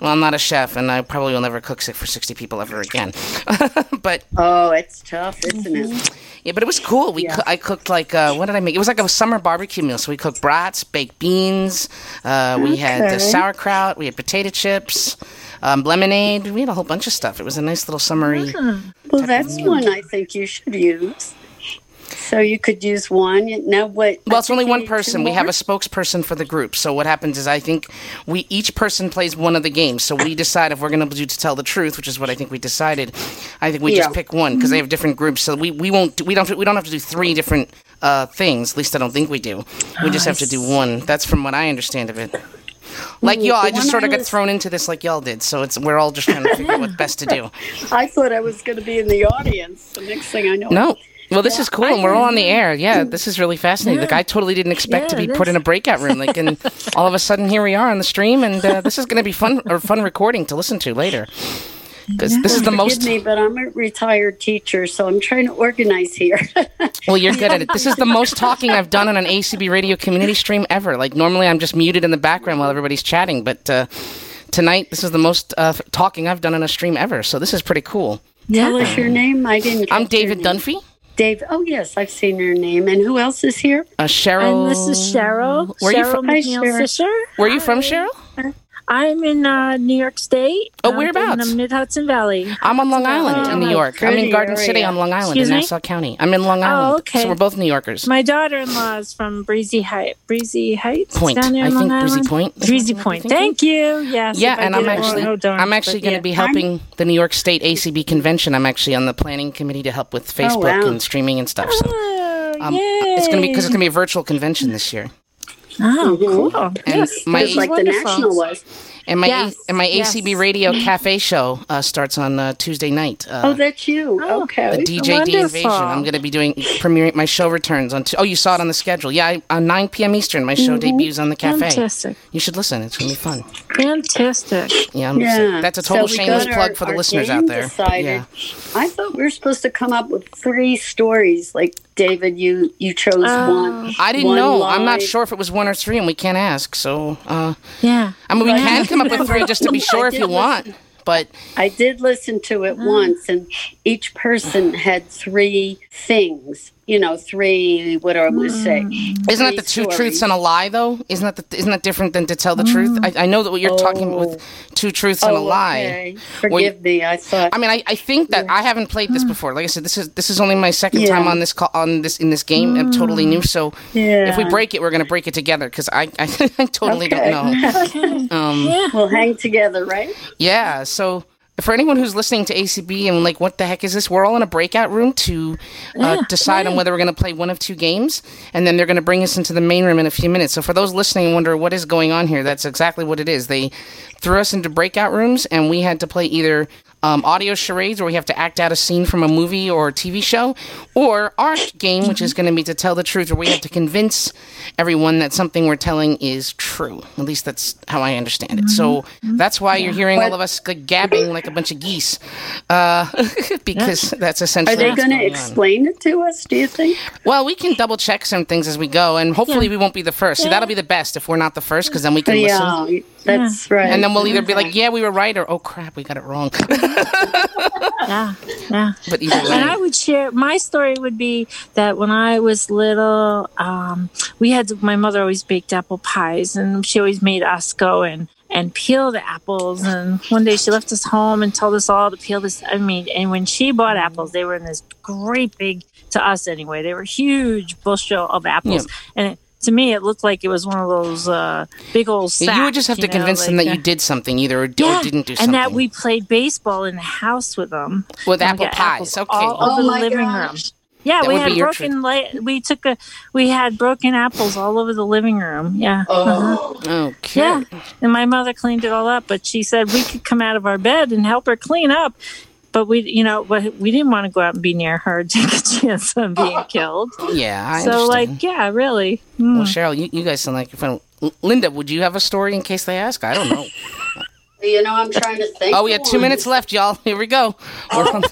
Speaker 4: Well, I'm not a chef, and I probably will never cook si- for 60 people ever again. but
Speaker 8: oh, it's tough, isn't it?
Speaker 4: Yeah, but it was cool. We coo- I cooked like uh, what did I make? It was like a summer barbecue meal. So we cooked brats, baked beans. Uh, we had
Speaker 8: Okay.
Speaker 4: the sauerkraut. We had potato chips, um, lemonade. We had a whole bunch of stuff. It was a nice little summery.
Speaker 8: Well, that's one I think you should use. So you could use one. Now what?
Speaker 4: Well, it's only one person. We have a spokesperson for the group. So what happens is, I think we each person plays one of the games. So we decide if we're going to do to tell the truth, which is what I think we decided. I think we
Speaker 8: Yeah.
Speaker 4: just pick one because they have different groups. So we, we won't do, we don't we don't have to do three different uh, things. At least I don't think we do. We just have to do one. That's from what I understand of it. Like
Speaker 8: Mm,
Speaker 4: y'all,
Speaker 8: the
Speaker 4: I just
Speaker 8: one
Speaker 4: sort
Speaker 8: I
Speaker 4: of got
Speaker 8: was-
Speaker 4: thrown into this like y'all did. So it's we're all just trying to figure out what's best to do.
Speaker 8: I thought I was going to be in the audience. The next thing I know,
Speaker 4: No. Well, this is cool, and we're all on the air. Yeah, this is really fascinating. Like, I totally didn't expect to
Speaker 8: Yeah,
Speaker 4: be put in a breakout room. Like, and all of a sudden, here we are on the stream, and uh, this is going to be fun or fun recording to listen to later. Because this is the
Speaker 8: Forgive
Speaker 4: most.
Speaker 8: me, but I'm a retired teacher, so I'm trying to organize here.
Speaker 4: Well, you're good at it. This is the most talking I've done on an ACB radio community stream ever. Like, normally I'm just muted in the background while everybody's chatting, but uh, tonight this is the most uh, f- talking I've done on a stream ever. So this is pretty cool.
Speaker 8: Tell us your name. I didn't. I'm David
Speaker 4: Dunphy.
Speaker 8: Dave. Oh yes, I've seen your name. And who else is here?
Speaker 4: Uh, Cheryl.
Speaker 15: And this is Cheryl.
Speaker 4: Where you
Speaker 15: Cheryl
Speaker 4: from? Hi,
Speaker 15: McNeil
Speaker 4: Cheryl.
Speaker 15: Fisher.
Speaker 4: Where are you from, Cheryl?
Speaker 15: I'm in uh, New York State.
Speaker 4: Oh,
Speaker 15: I'm
Speaker 4: whereabouts?
Speaker 15: In Mid Hudson Valley.
Speaker 4: I'm on Long
Speaker 15: Oh,
Speaker 4: Island in New York. I'm in Garden City on Long Island
Speaker 15: Excuse
Speaker 4: in
Speaker 15: me?
Speaker 4: Nassau County. I'm in Long
Speaker 15: Oh,
Speaker 4: Island.
Speaker 15: okay.
Speaker 4: So we're both New Yorkers.
Speaker 15: My daughter-in-law is from Breezy Heights. Breezy Heights
Speaker 4: Point.
Speaker 15: down there
Speaker 4: I
Speaker 15: in Long
Speaker 4: think Breezy
Speaker 15: Island.
Speaker 4: Point.
Speaker 15: Breezy Point. Thank you. Yes.
Speaker 4: yeah,
Speaker 15: if I
Speaker 4: and
Speaker 15: did
Speaker 4: I'm
Speaker 15: it wrong,
Speaker 4: actually
Speaker 15: oh, darn,
Speaker 4: I'm actually
Speaker 15: but
Speaker 4: going to
Speaker 15: yeah.
Speaker 4: be helping the New York State ACB convention. I'm actually on the planning committee to help with Facebook
Speaker 15: wow. Ah,
Speaker 4: and streaming and stuff. So um,
Speaker 15: yay.
Speaker 4: it's going to be because it's going to be a virtual convention this year.
Speaker 15: Oh, cool.
Speaker 4: And
Speaker 15: yes,
Speaker 4: my
Speaker 15: that's
Speaker 4: Just like the
Speaker 15: wonderful.
Speaker 4: national was. And my
Speaker 15: Yes,
Speaker 4: and my
Speaker 15: yes.
Speaker 4: ACB Radio Cafe show uh, starts on uh, Tuesday night. Uh,
Speaker 8: oh, that's you. okay.
Speaker 4: the DJD Invasion. I'm going to be doing premiering. My show returns on. T- oh, you saw it on the schedule. Yeah, I, on 9 p.m. Eastern, my show
Speaker 15: Mhm.
Speaker 4: debuts on the cafe.
Speaker 15: Fantastic.
Speaker 4: You should listen. It's going to be fun.
Speaker 15: Fantastic.
Speaker 4: Yeah, I'm yeah. that's a total
Speaker 8: So we
Speaker 4: shameless
Speaker 8: got
Speaker 4: plug
Speaker 8: our-
Speaker 4: for the
Speaker 8: our
Speaker 4: listeners
Speaker 8: game
Speaker 4: out there.
Speaker 8: decided.
Speaker 4: Yeah.
Speaker 8: I thought we were supposed to come up with three stories. Like David, you you chose
Speaker 15: Oh.
Speaker 8: one.
Speaker 4: I didn't
Speaker 8: one
Speaker 4: know. I'm not
Speaker 8: line.
Speaker 4: sure if it was one or three, and we can't ask. So, uh,
Speaker 15: yeah.
Speaker 4: I mean, we
Speaker 8: Right.
Speaker 4: can come up with three just to be
Speaker 8: I
Speaker 4: sure if
Speaker 8: did
Speaker 4: you want.
Speaker 8: listen-
Speaker 4: But Mm.
Speaker 8: I did listen to it once, and each person had three things. You know, three. What do I
Speaker 4: Mm.
Speaker 8: want to say?
Speaker 4: Isn't that the two truths and a lie, though? Isn't that the, isn't that different than to tell the truth? I, I know that what you're talking about with two truths and a
Speaker 8: Oh,
Speaker 4: lie.
Speaker 8: okay.
Speaker 4: Well,
Speaker 8: Forgive me. I thought.
Speaker 4: I mean, I, I think that I haven't played
Speaker 16: Mm.
Speaker 15: Hmm.
Speaker 4: this before. Like I said, this is this is only my second time on this call on this in this game. I'm totally new, so if we
Speaker 8: Yeah.
Speaker 4: break it, we're gonna break it together because I, I I totally don't know. Um,
Speaker 8: yeah. We'll hang together, right?
Speaker 4: Yeah. So for anyone who's listening to ACB and like, what the heck is this? We're all in a breakout room to uh,
Speaker 15: Yeah,
Speaker 4: decide on whether we're going to play one of two games, and then they're going to bring us into the main room in a few minutes. So for those listening and wonder what is going on here, that's exactly what it is. They threw us into breakout rooms, and we had to play either. Um, audio charades where we have to act out a scene from a movie or a TV show, or our game, which is going to be to tell the truth, where we have to convince everyone that something we're telling is true. At least that's how I understand it. So that's why Oh, you're hearing all of us like, gabbing like a bunch of geese, uh, because that's essentially.
Speaker 8: Are they
Speaker 4: what's
Speaker 8: going to
Speaker 4: going on.
Speaker 8: explain it to us? Do you think?
Speaker 4: Well, we can double check some things as we go, and hopefully we won't be the first. So that'll be the best if we're not the first, because then we can
Speaker 8: Yeah,
Speaker 4: listen.
Speaker 8: that's Yeah. right.
Speaker 4: And then we'll either be like, "Yeah, we were right," or "Oh crap, we got it wrong."
Speaker 15: yeah, yeah.
Speaker 4: But either way,
Speaker 15: And I would share my story would be that when I was little, um, we had my mother always baked apple pies, and she always made us go and and peel the apples. And one day she left us home and told us all to peel this. I mean, and when she bought apples, they were in this great big to us anyway. They were huge bushel of apples, and. It, to me, it looked like it was one of those uh, big old sacks.
Speaker 4: you would just have to
Speaker 15: know,
Speaker 4: convince them
Speaker 15: like,
Speaker 4: that
Speaker 15: uh,
Speaker 4: you did something, either or, d- or didn't do
Speaker 15: and
Speaker 4: something.
Speaker 15: that we played baseball in the house with them
Speaker 4: With
Speaker 15: And we
Speaker 4: apple
Speaker 15: got apples
Speaker 4: pies, okay.
Speaker 15: all
Speaker 4: Oh
Speaker 15: over the
Speaker 4: my
Speaker 15: living room. Yeah,
Speaker 4: That
Speaker 15: we
Speaker 4: would
Speaker 15: had
Speaker 4: be your
Speaker 15: broken light. We took a. We had broken apples all over the living room. Yeah. Oh.
Speaker 4: Okay.
Speaker 15: Yeah. And my mother cleaned it all up, but she said we could come out of our bed and help her clean up. But we, you know, but we didn't want to go out and be near her, take a chance on being killed.
Speaker 4: Oh, Yeah, I
Speaker 15: so
Speaker 4: understand.
Speaker 15: like, yeah, really. Hmm.
Speaker 4: Well, Cheryl, you, you guys sound like you're fun. L- Linda, would you have a story in case they ask? I don't know.
Speaker 8: You know, I'm trying to think.
Speaker 4: oh, we have two minutes left, y'all. Here we go. We're on,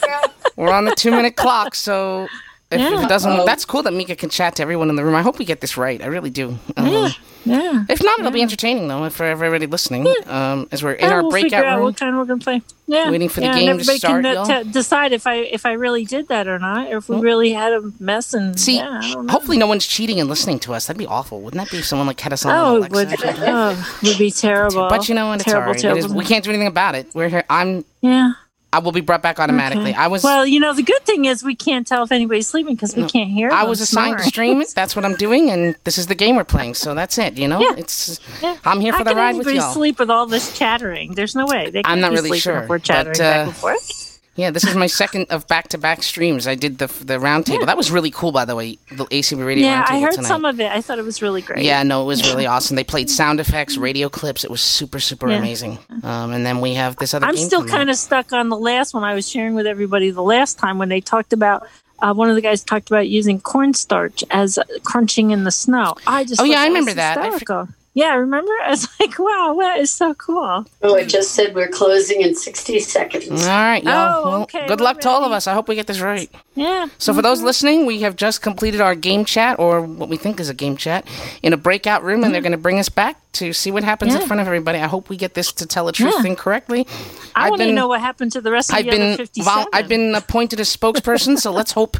Speaker 4: we're on the two minute clock, so if
Speaker 15: Yeah.
Speaker 4: it doesn't,
Speaker 15: Uh-oh.
Speaker 4: that's cool that Mika can chat to everyone in the room. I hope we get this right. I really do. Um,
Speaker 15: Yeah.
Speaker 4: If not, it'll be entertaining though for everybody listening. Um, as we're in
Speaker 15: Yeah,
Speaker 4: our
Speaker 15: we'll figure
Speaker 4: breakout
Speaker 15: out
Speaker 4: room,
Speaker 15: what time we're gonna play. Yeah,
Speaker 4: Waiting for the
Speaker 15: yeah, and
Speaker 4: game to
Speaker 15: everybody
Speaker 4: start,
Speaker 15: Can
Speaker 4: y'all.
Speaker 15: de- te- decide if I if I really did that or not, or if we
Speaker 4: Well-
Speaker 15: really had a mess. And
Speaker 4: see,
Speaker 15: yeah, I don't know.
Speaker 4: hopefully no one's cheating and listening to us. That'd be awful, wouldn't that be? If someone like had us on
Speaker 15: oh, it
Speaker 4: Alexa
Speaker 15: would,
Speaker 4: or something?
Speaker 15: oh, it would be terrible.
Speaker 4: But you know what? It's
Speaker 15: terrible,
Speaker 4: all right. It
Speaker 15: terrible.
Speaker 4: is- we can't do anything about it. We're here. I'm.
Speaker 15: Yeah.
Speaker 4: I will be brought back automatically.
Speaker 15: Okay.
Speaker 4: I was.
Speaker 15: Well, you know, the good thing is we can't tell if anybody's sleeping because we can't hear.
Speaker 4: I
Speaker 15: them
Speaker 4: was assigned to
Speaker 15: snoring.
Speaker 4: stream Oh, it. That's what I'm doing, and this is the game we're playing. So that's it. You know, it's.
Speaker 15: Yeah.
Speaker 4: I'm here
Speaker 15: How
Speaker 4: for the
Speaker 15: can
Speaker 4: ride with
Speaker 15: anybody
Speaker 4: y'all.
Speaker 15: sleep with all this chattering? There's no way. They
Speaker 4: I'm
Speaker 15: can't
Speaker 4: not
Speaker 15: be
Speaker 4: really
Speaker 15: sleeping
Speaker 4: sure.
Speaker 15: If we're chattering
Speaker 4: but,
Speaker 15: back
Speaker 4: uh,
Speaker 15: and forth.
Speaker 4: Yeah, this is my second of back-to-back streams. I did the the roundtable. That was really cool, by the way. The ACB Radio
Speaker 15: yeah,
Speaker 4: Roundtable
Speaker 15: I heard
Speaker 4: tonight.
Speaker 15: some of it. I thought it was really great.
Speaker 4: Yeah, no, it was really awesome. They played sound effects, radio clips. It was super, super
Speaker 15: Yeah.
Speaker 4: amazing. Um, and then we have this other.
Speaker 15: I'm
Speaker 4: game
Speaker 15: still
Speaker 4: coming up.
Speaker 15: kind of stuck on the last one I was sharing with everybody the last time when they talked about uh, one of the guys talked about using cornstarch as crunching in the snow. I just
Speaker 4: Oh, yeah,
Speaker 15: thought
Speaker 4: I
Speaker 15: was
Speaker 4: remember that. I for-
Speaker 15: hysterical. yeah, remember? I was like, wow, that is so cool.
Speaker 8: Oh, it just said we're closing in 60 seconds.
Speaker 4: All right, y'all.
Speaker 15: Oh,
Speaker 4: Well,
Speaker 15: okay,
Speaker 4: Good
Speaker 15: we're
Speaker 4: luck to all of us. I hope we get this right.
Speaker 15: Yeah.
Speaker 4: So, for those listening, we have just completed our game chat, or what we think is a game chat, in a breakout room, and they're going to bring us back to see what happens in
Speaker 15: Mm-hmm. Yeah.
Speaker 4: front of everybody. I hope we get this to tell the truth
Speaker 15: Yeah.
Speaker 4: thing correctly.
Speaker 15: I
Speaker 4: I've
Speaker 15: want to
Speaker 4: been-
Speaker 15: know what happened to the rest of
Speaker 4: I've
Speaker 15: the other
Speaker 4: been
Speaker 15: 57.
Speaker 4: vol- I've been appointed as spokesperson, so let's hope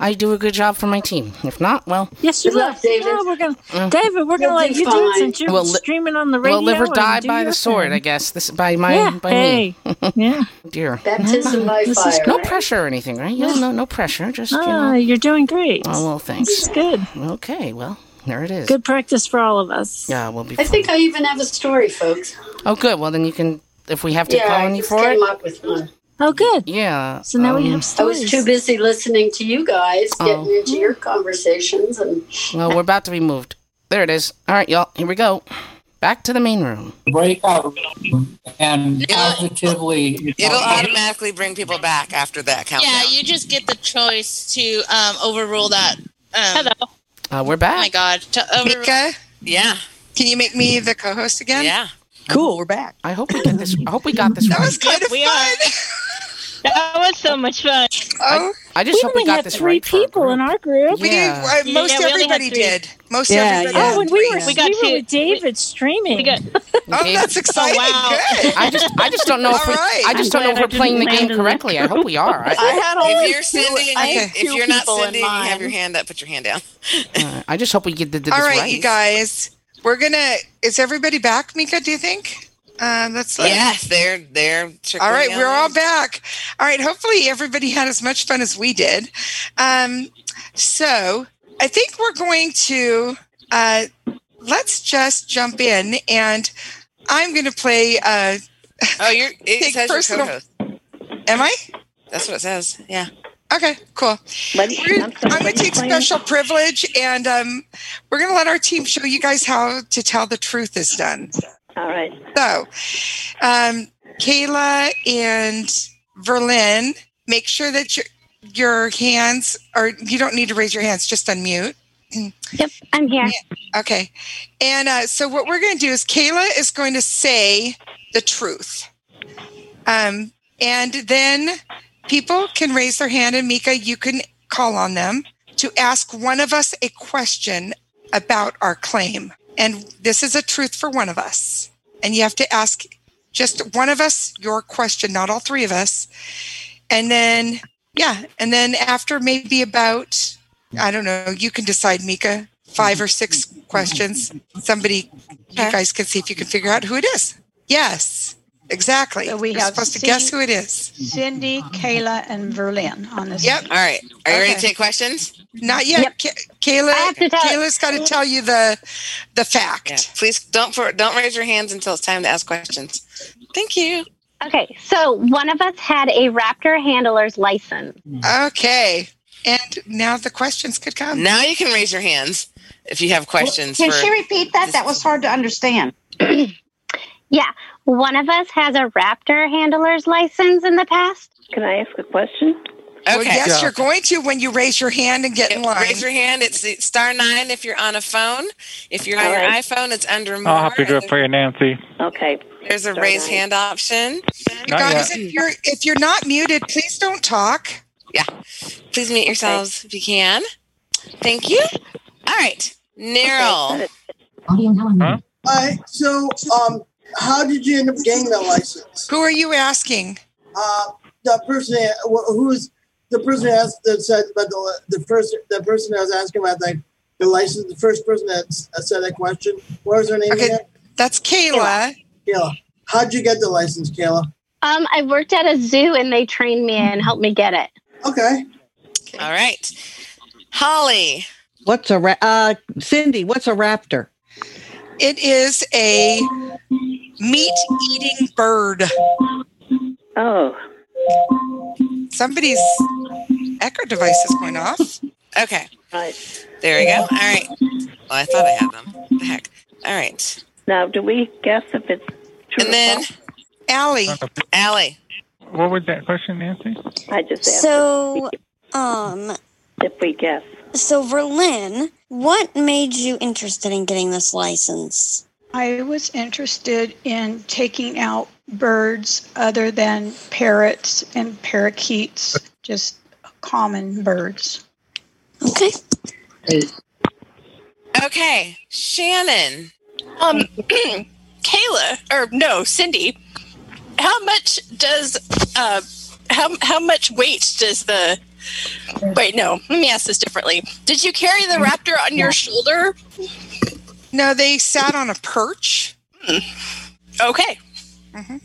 Speaker 4: I do a good job for my team. If not, well,
Speaker 15: yes, you will. Yeah, we're gonna, David, we're going to let
Speaker 8: You'll do
Speaker 15: you do it
Speaker 8: fine.
Speaker 15: since you're
Speaker 4: Well, li-
Speaker 15: streaming on the radio.
Speaker 4: well, live or
Speaker 15: and
Speaker 4: die
Speaker 15: do
Speaker 4: by
Speaker 15: your
Speaker 4: the sword,
Speaker 15: thing.
Speaker 4: I guess. This by my
Speaker 15: Yeah,
Speaker 4: by
Speaker 15: hey.
Speaker 4: me.
Speaker 15: yeah,
Speaker 4: dear.
Speaker 8: Baptism by
Speaker 15: This is
Speaker 8: fire.
Speaker 4: No pressure or anything, right? Yeah, no, no pressure. Just you
Speaker 15: Ah,
Speaker 4: know.
Speaker 15: you're doing great.
Speaker 4: Oh well, thanks.
Speaker 15: This is good.
Speaker 4: Okay, well, there it is.
Speaker 15: Good practice for all of us.
Speaker 4: Yeah, we'll be.
Speaker 8: I think I even have a story, folks.
Speaker 4: Oh, good. Well, then you can, if we have to
Speaker 8: yeah,
Speaker 4: call
Speaker 8: I
Speaker 4: on you
Speaker 8: just
Speaker 4: for
Speaker 8: came
Speaker 4: it.
Speaker 8: up with one.
Speaker 15: Oh, good.
Speaker 4: Yeah.
Speaker 15: So now we
Speaker 4: um,
Speaker 15: have
Speaker 8: I
Speaker 15: stories.
Speaker 8: was too busy listening to you guys, getting
Speaker 4: Oh.
Speaker 8: into your conversations, and
Speaker 4: Well, we're about to be moved. There it is. All right, y'all. Here we go. Back to the main room.
Speaker 17: breakout room and positively.
Speaker 3: It'll automatically bring people back after that countdown.
Speaker 18: Yeah, you just get the choice to um, overrule that. Um, Hello.
Speaker 4: Uh, we're back.
Speaker 18: Oh my God. To overrule-
Speaker 2: Mika,
Speaker 3: yeah.
Speaker 2: Can you make me the co-host again?
Speaker 3: Yeah.
Speaker 2: Cool. We're back.
Speaker 4: I hope we get this. I hope we got this.
Speaker 2: That was kind of
Speaker 18: We
Speaker 2: fun.
Speaker 18: That was so much fun.
Speaker 2: Oh,
Speaker 4: I just hope we got this right. for our group.
Speaker 15: group.
Speaker 2: We did. Uh,
Speaker 18: Yeah,
Speaker 2: most
Speaker 18: we only had
Speaker 2: everybody
Speaker 18: three.
Speaker 2: did. Most
Speaker 18: Yeah,
Speaker 2: everybody.
Speaker 18: yeah.
Speaker 2: had
Speaker 15: Oh, when we were,
Speaker 2: threes.
Speaker 15: we, got were with David streaming.
Speaker 2: Oh, that's exciting. Good.
Speaker 4: I just, I just don't know if we,
Speaker 2: Alright.
Speaker 4: I just
Speaker 2: I'm
Speaker 4: don't know if
Speaker 2: glad I
Speaker 4: we're playing the
Speaker 2: didn't
Speaker 4: game
Speaker 2: land in that
Speaker 4: correctly. I hope we are. I,
Speaker 3: I
Speaker 18: had
Speaker 3: if
Speaker 18: only
Speaker 3: you're
Speaker 18: two-
Speaker 3: Cindy,
Speaker 18: I
Speaker 3: and
Speaker 18: had
Speaker 3: you, if
Speaker 18: two
Speaker 3: you're not
Speaker 18: people in
Speaker 3: Cindy, and you have your
Speaker 18: mind.
Speaker 3: hand up. Put your hand down.
Speaker 4: uh, I just hope we get did this
Speaker 2: All right,
Speaker 4: right.
Speaker 2: you guys. We're gonna. Is everybody back, Mika? Do you think? Uh, that's
Speaker 3: Yes, they're they're.
Speaker 2: All right,
Speaker 3: trickling
Speaker 2: we're all
Speaker 3: down.
Speaker 2: back. All right, hopefully everybody had as much fun as we did. Um, so I think we're going to uh, let's just jump in, and I'm going to play. Uh,
Speaker 3: Oh, you're. It
Speaker 2: Take
Speaker 3: says your
Speaker 2: personal-
Speaker 3: co-host.
Speaker 2: am I?
Speaker 3: That's what it says. Yeah.
Speaker 2: Okay, cool. We're- I'm, going to take special privilege, and um, we're going to let our team show you guys how to tell the truth is done.
Speaker 18: All right.
Speaker 2: So, um, Kayla and Verlyn, make sure that your your hands are. You don't need to raise your hands; just unmute.
Speaker 18: Yep, I'm here.
Speaker 2: Okay, and uh, so what we're going to do is Kayla is going to say the truth, um, and then people can raise their hand, and Mika, you can call on them to ask one of us a question about our claim. And this is a truth for one of us. And you have to ask just one of us your question, not all three of us. And then, yeah. And then after maybe about, I don't know, you can decide, Mika, five or six questions. Somebody, you guys can see if you can figure out who it is. Yes, exactly. we You're
Speaker 19: have
Speaker 2: supposed to
Speaker 19: seen-
Speaker 2: guess who it is.
Speaker 19: Cindy, Kayla, and Verlin on this.
Speaker 2: Yep.
Speaker 3: All right. Are you ready
Speaker 2: Okay.
Speaker 3: to take questions?
Speaker 2: Not yet. Kay- Kayla, Kayla's got to tell you the the fact.
Speaker 3: Please don't for, don't raise your hands until it's time to ask questions. Thank you.
Speaker 20: Okay, so one of us had a raptor handler's license.
Speaker 2: Okay. And now the questions could come.
Speaker 3: Now you can raise your hands if you have questions.
Speaker 11: Can
Speaker 3: for-
Speaker 11: she repeat that? That was hard to understand.
Speaker 20: Yeah, one of us has a raptor handler's license in the past.
Speaker 2: Can I ask a question? Well,
Speaker 3: Okay.
Speaker 2: yes,
Speaker 3: Yeah.
Speaker 2: you're going to when you raise your hand and get in line.
Speaker 3: Raise your hand. It's the star nine if you're on a phone. If you're on your
Speaker 2: Alright.
Speaker 3: iPhone, it's under more.
Speaker 10: I'll have to do it for you, Nancy.
Speaker 2: Okay.
Speaker 3: There's a raise hand option.
Speaker 10: Not
Speaker 2: Guys,
Speaker 3: yet.
Speaker 2: if you're if you're not muted, please don't talk.
Speaker 3: Yeah. Please mute yourselves if you can. Thank you. All right. Neryl.
Speaker 10: Huh?
Speaker 12: All right. So, um, how did you end up getting that license?
Speaker 2: Who are you asking?
Speaker 12: Uh, the person that- wh- who is the person that, asked, that said about the the first the person that was asking about like the license. The first person that s- said that question. What was her name?
Speaker 2: Okay,
Speaker 12: again?
Speaker 2: that's Kayla.
Speaker 12: Kayla, how'd you get the license, Kayla?
Speaker 20: Um, I worked at a zoo and they trained me and helped me get it.
Speaker 12: Okay.
Speaker 3: All right. Holly.
Speaker 5: What's a ra- uh, Cindy? What's a raptor?
Speaker 2: It is a meat eating bird.
Speaker 8: Oh.
Speaker 2: Somebody's echo device is going off.
Speaker 3: Okay. There we go. All right. Well, I thought I had them. The heck. All right.
Speaker 8: Now, do we guess if it's true?
Speaker 3: And then
Speaker 2: Allie.
Speaker 3: Allie.
Speaker 10: What was that question, Nancy?
Speaker 8: I just asked
Speaker 9: So, um,
Speaker 8: if we guess.
Speaker 9: so Verlyn, what made you interested in getting this license?
Speaker 19: I was interested in taking out birds other than parrots and parakeets, just common birds.
Speaker 9: Okay.
Speaker 3: Okay. Shannon.
Speaker 21: Um, Kayla, or no, Cindy, how much does uh, how how much weight does the wait? No, let me ask this differently. Did you carry the raptor on your shoulder?
Speaker 2: No, they sat on a perch.
Speaker 21: Okay.
Speaker 2: Mm-hmm.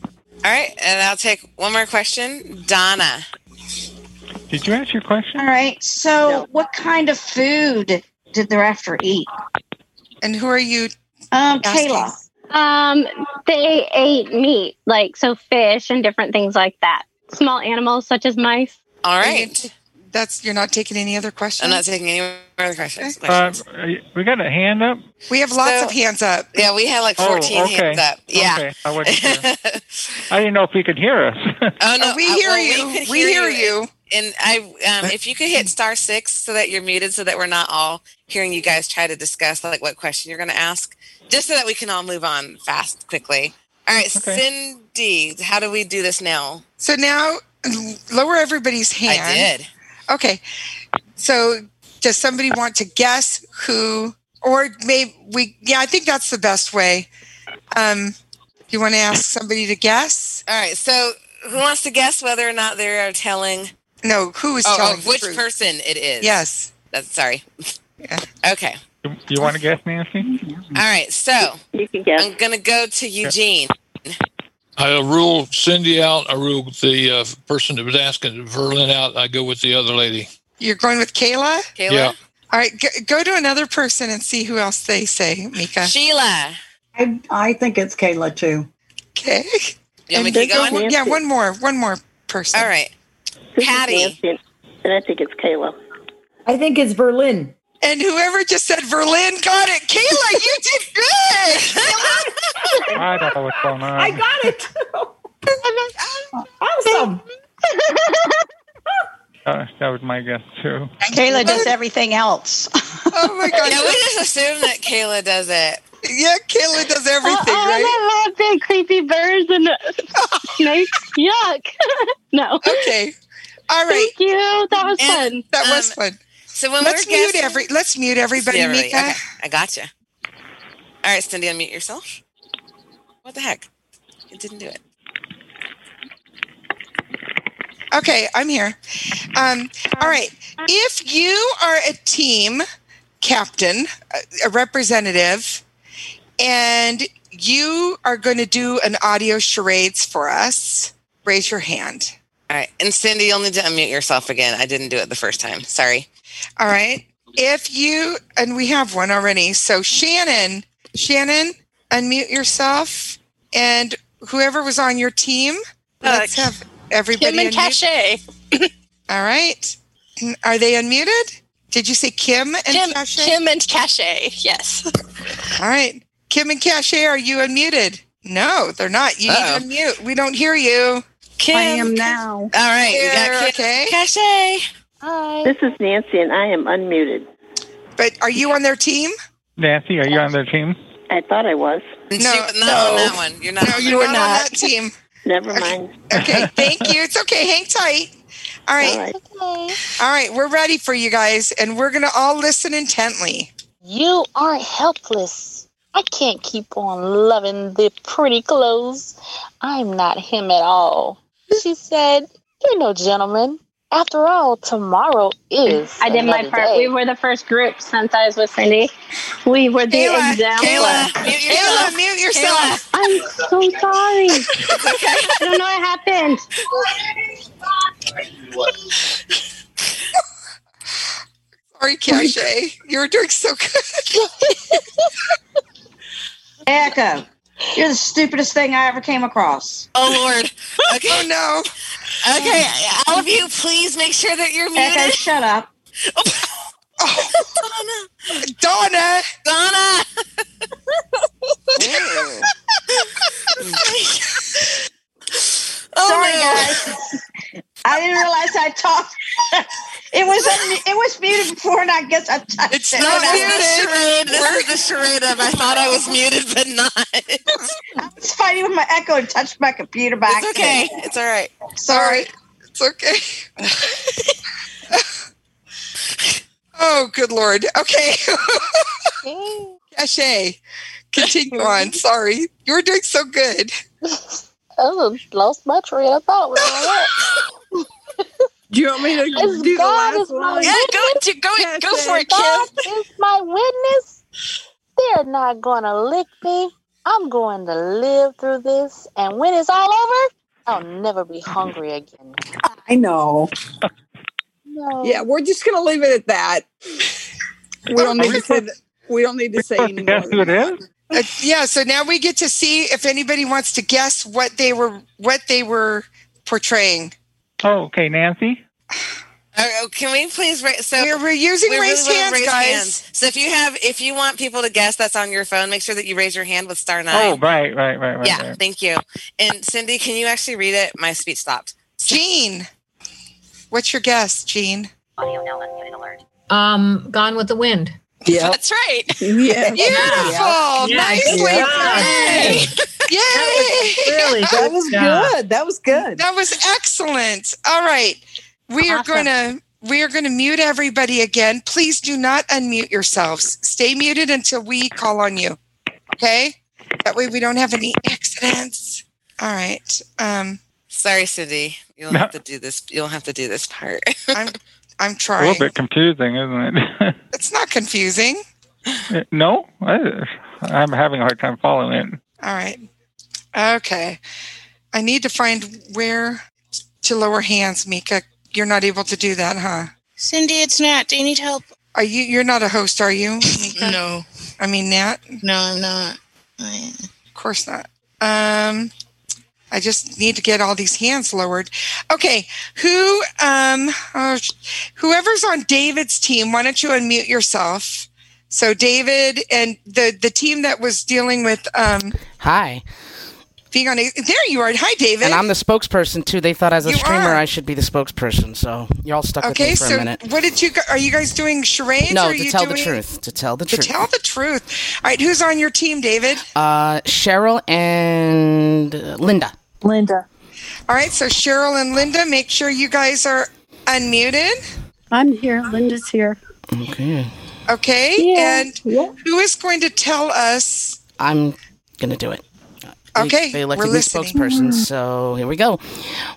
Speaker 3: All right. And I'll take one more question. Donna.
Speaker 10: Did you ask your question?
Speaker 11: All right. So, what kind of food did the rafter eat?
Speaker 2: And who are you?
Speaker 11: Um, Kayla.
Speaker 20: Um, they ate meat, like so fish and different things like that. Small animals such as mice.
Speaker 3: All
Speaker 2: right. That's you're not taking any other questions.
Speaker 3: I'm not taking any more other questions.
Speaker 10: Uh, we got a hand up.
Speaker 2: We have lots of hands up.
Speaker 3: Yeah, we had like 14
Speaker 10: oh, okay.
Speaker 3: hands up. Yeah.
Speaker 10: Okay. I, wasn't sure. I didn't know if he could hear us.
Speaker 3: Oh no,
Speaker 2: we
Speaker 3: uh,
Speaker 2: hear
Speaker 3: well,
Speaker 2: you.
Speaker 3: could
Speaker 2: We hear you.
Speaker 3: And I, um, if you could hit star six so that you're muted, so that we're not all hearing you guys try to discuss like what question you're going to ask, just so that we can all move on fast, quickly. All right, Cindy, how do we do this now?
Speaker 2: So now lower everybody's hand.
Speaker 3: I did.
Speaker 2: Okay. So does somebody want to guess who or maybe we yeah, I think that's the best way. Um you want to ask somebody to guess?
Speaker 3: All right, so who wants to guess whether or not they are telling?
Speaker 2: No, who is
Speaker 3: oh,
Speaker 2: telling
Speaker 3: oh,
Speaker 2: the
Speaker 3: which
Speaker 2: truth?
Speaker 3: person it is?
Speaker 2: Yes.
Speaker 3: That's sorry. Okay.
Speaker 10: you want to guess, Nancy?
Speaker 3: All right, so
Speaker 8: you can guess.
Speaker 3: I'm gonna go to Eugene.
Speaker 22: I rule Cindy out. I rule the uh, person that was asking Verlin out. I go with the other lady.
Speaker 2: You're going with Kayla?
Speaker 3: Kayla?
Speaker 22: Yeah.
Speaker 2: All right, go, go to another person and see who else they say, Mika.
Speaker 3: Sheila.
Speaker 5: I I think it's Kayla too.
Speaker 2: Okay.
Speaker 3: You
Speaker 2: And
Speaker 3: want me to keep
Speaker 2: then go-
Speaker 3: going?
Speaker 2: Yeah, one more, one more person.
Speaker 3: All right.
Speaker 2: Patty.
Speaker 8: And I think it's Kayla.
Speaker 2: I think it's Berlin. And whoever just said Berlin got it. Kayla, you did good.
Speaker 10: I don't know what's going on.
Speaker 5: I got it. awesome.
Speaker 10: Uh, that was my guess too.
Speaker 19: Kayla does everything else.
Speaker 2: oh my god.
Speaker 3: Yeah, we just assume that Kayla does it.
Speaker 2: Yeah, Kayla does everything,
Speaker 8: Uh,
Speaker 20: I love big creepy birds and snakes. Yuck. no.
Speaker 2: Okay. All right.
Speaker 20: Thank you. That was
Speaker 3: And,
Speaker 20: fun.
Speaker 2: That was
Speaker 3: um,
Speaker 2: fun.
Speaker 3: So when
Speaker 2: let's
Speaker 3: we're
Speaker 2: mute
Speaker 3: guessing-
Speaker 2: every let's mute everybody,
Speaker 3: Yeah, right.
Speaker 2: Mika.
Speaker 3: Okay, I got you. All right, Cindy, unmute yourself. What the heck? It didn't do it.
Speaker 2: Okay, I'm here. Um, all right. If you are a team captain, a- a representative, and you are going to do an audio charades for us, raise your hand.
Speaker 3: All right, and Cindy, you'll need to unmute yourself again. I didn't do it the first time. Sorry.
Speaker 2: All right. If you, and we have one already. So, Shannon, Shannon, unmute yourself. And whoever was on your team, let's have everybody.
Speaker 21: Kim and
Speaker 2: unmute.
Speaker 21: Cache.
Speaker 2: All right. Are they unmuted? Did you say Kim and
Speaker 21: Kim,
Speaker 2: Cache?
Speaker 21: Kim and Cache, yes.
Speaker 2: All right. Kim and Cache, are you unmuted? No, they're not. You
Speaker 21: Uh-oh.
Speaker 2: need to unmute. We don't hear you.
Speaker 21: Kim. am
Speaker 2: now. All
Speaker 21: right.
Speaker 2: We got Kim. Okay. Cache.
Speaker 21: Hi.
Speaker 1: This is Nancy, and I am unmuted.
Speaker 2: But are you on their team?
Speaker 10: Nancy, are you on their team?
Speaker 1: I thought I was.
Speaker 3: No, not on that one. You're not.
Speaker 2: No, you are not, on that team.
Speaker 1: Never mind.
Speaker 2: Okay. Thank you. It's okay. Hang tight. All right. All right. We're ready for you guys, and we're going to all listen intently.
Speaker 16: You are helpless. I can't keep on loving the pretty clothes. I'm not him at all. She said, You're no gentleman. After all, tomorrow is.
Speaker 20: I did my
Speaker 16: another
Speaker 20: part.
Speaker 16: day."
Speaker 20: We were the first group since I was with Cindy. We were the example.
Speaker 2: mute yourself. Kayla, mute yourself.
Speaker 20: I'm so sorry. I don't know what happened.
Speaker 2: Sorry, Cache. You were doing so good.
Speaker 11: Echo, you're the stupidest thing I ever came across.
Speaker 3: Oh Lord. Okay. oh
Speaker 2: no.
Speaker 3: Okay, all of you, please make sure that you're muted.
Speaker 11: Echo, shut up.
Speaker 2: Donna.
Speaker 3: Donna. Oh
Speaker 11: Sorry, guys. I didn't realize I talked. it was un- it was muted before, and I guess I touched
Speaker 3: It's
Speaker 11: it.
Speaker 3: not muted. This is the charade of I thought I was muted, but not.
Speaker 11: I was fighting with my Echo and touched my computer by
Speaker 3: It's okay.
Speaker 11: accident.
Speaker 3: It's all right.
Speaker 11: Sorry.
Speaker 2: It's okay. oh, good lord. Okay. Cache, continue on. Sorry. You were doing so good.
Speaker 16: Oh, lost my train of thought. with all that.
Speaker 23: Do you want me to
Speaker 16: It's
Speaker 23: do the
Speaker 16: God
Speaker 23: last
Speaker 16: is my
Speaker 23: one?
Speaker 16: Yeah, go-
Speaker 21: to, go,
Speaker 16: go for it, God is my witness. They're not going to lick me. I'm going to live through this. And when it's all over, I'll never be hungry again.
Speaker 23: I know.
Speaker 16: No.
Speaker 23: Yeah, we're just gonna leave it at that. We don't need to say. th- We don't need to say anymore.
Speaker 10: Guess who it is?
Speaker 2: Uh, yeah, so now we get to see if anybody wants to guess what they were what they were portraying.
Speaker 10: Oh, okay, Nancy.
Speaker 3: Oh, can we please raise? So
Speaker 2: we're, using raised
Speaker 3: wanna
Speaker 2: hands, guys.
Speaker 3: So if you have, if you want people to guess that's on your phone, make sure that you raise your hand with star
Speaker 10: Oh,
Speaker 3: nine.
Speaker 10: right, right, right, right.
Speaker 3: yeah,
Speaker 10: right.
Speaker 3: thank you. And Cindy, can you actually read it? My speech stopped.
Speaker 2: Jean, what's your guess, Jean?
Speaker 14: Um, Gone with the Wind.
Speaker 23: Yeah.
Speaker 21: That's right.
Speaker 23: Yeah.
Speaker 2: Beautiful. Nicely played. Yay!
Speaker 14: really
Speaker 23: That was good. That was good.
Speaker 2: That was excellent. All right. We are
Speaker 23: Awesome.
Speaker 2: going to we are going to mute everybody again. Please do not unmute yourselves. Stay muted until we call on you. Okay? That way we don't have any accidents. All right. Um
Speaker 3: Sorry, Cindy. You'll
Speaker 10: No.
Speaker 3: have to do this. You'll have to do this part.
Speaker 2: I'm I'm
Speaker 10: A
Speaker 2: trying.
Speaker 10: little bit confusing, isn't
Speaker 2: It's not confusing.
Speaker 10: it? no, I, I'm having a hard time following it.
Speaker 2: All right. Okay. I need to find where to lower hands, Mika. You're not able to do that, huh?
Speaker 18: Cindy, it's Nat. Do you need help?
Speaker 2: Are you you're not a host, are you? Mika?
Speaker 18: No.
Speaker 2: I mean Nat?
Speaker 18: No, I'm not.
Speaker 2: Of course not. Um I just need to get all these hands lowered. Okay, who um oh, sh- whoever's on David's team, why don't you unmute yourself? So David and the the team that was dealing with um
Speaker 4: Hi.
Speaker 2: being on there you are. Hi David.
Speaker 4: And I'm the spokesperson too. They thought as a
Speaker 2: You
Speaker 4: streamer
Speaker 2: are.
Speaker 4: I should be the spokesperson, so y'all stuck with
Speaker 2: Okay,
Speaker 4: me for
Speaker 2: so
Speaker 4: a minute.
Speaker 2: what did you? gu- Are you guys doing charades? or
Speaker 4: No,
Speaker 2: are
Speaker 4: to
Speaker 2: you
Speaker 4: tell the
Speaker 2: doing-
Speaker 4: truth. To tell the
Speaker 2: To
Speaker 4: truth.
Speaker 2: tell the truth. All right, who's on your team, David?
Speaker 4: uh, Cheryl and uh, Linda.
Speaker 16: Linda.
Speaker 2: All right, so Cheryl and Linda, make sure you guys are unmuted.
Speaker 8: I'm here. Linda's here.
Speaker 4: Okay.
Speaker 2: Okay,
Speaker 8: Yeah,
Speaker 2: and who is going to tell us?
Speaker 4: I'm gonna do it.
Speaker 2: Okay,
Speaker 4: They elected
Speaker 2: we're
Speaker 4: me
Speaker 2: listening.
Speaker 4: spokesperson, so here we go.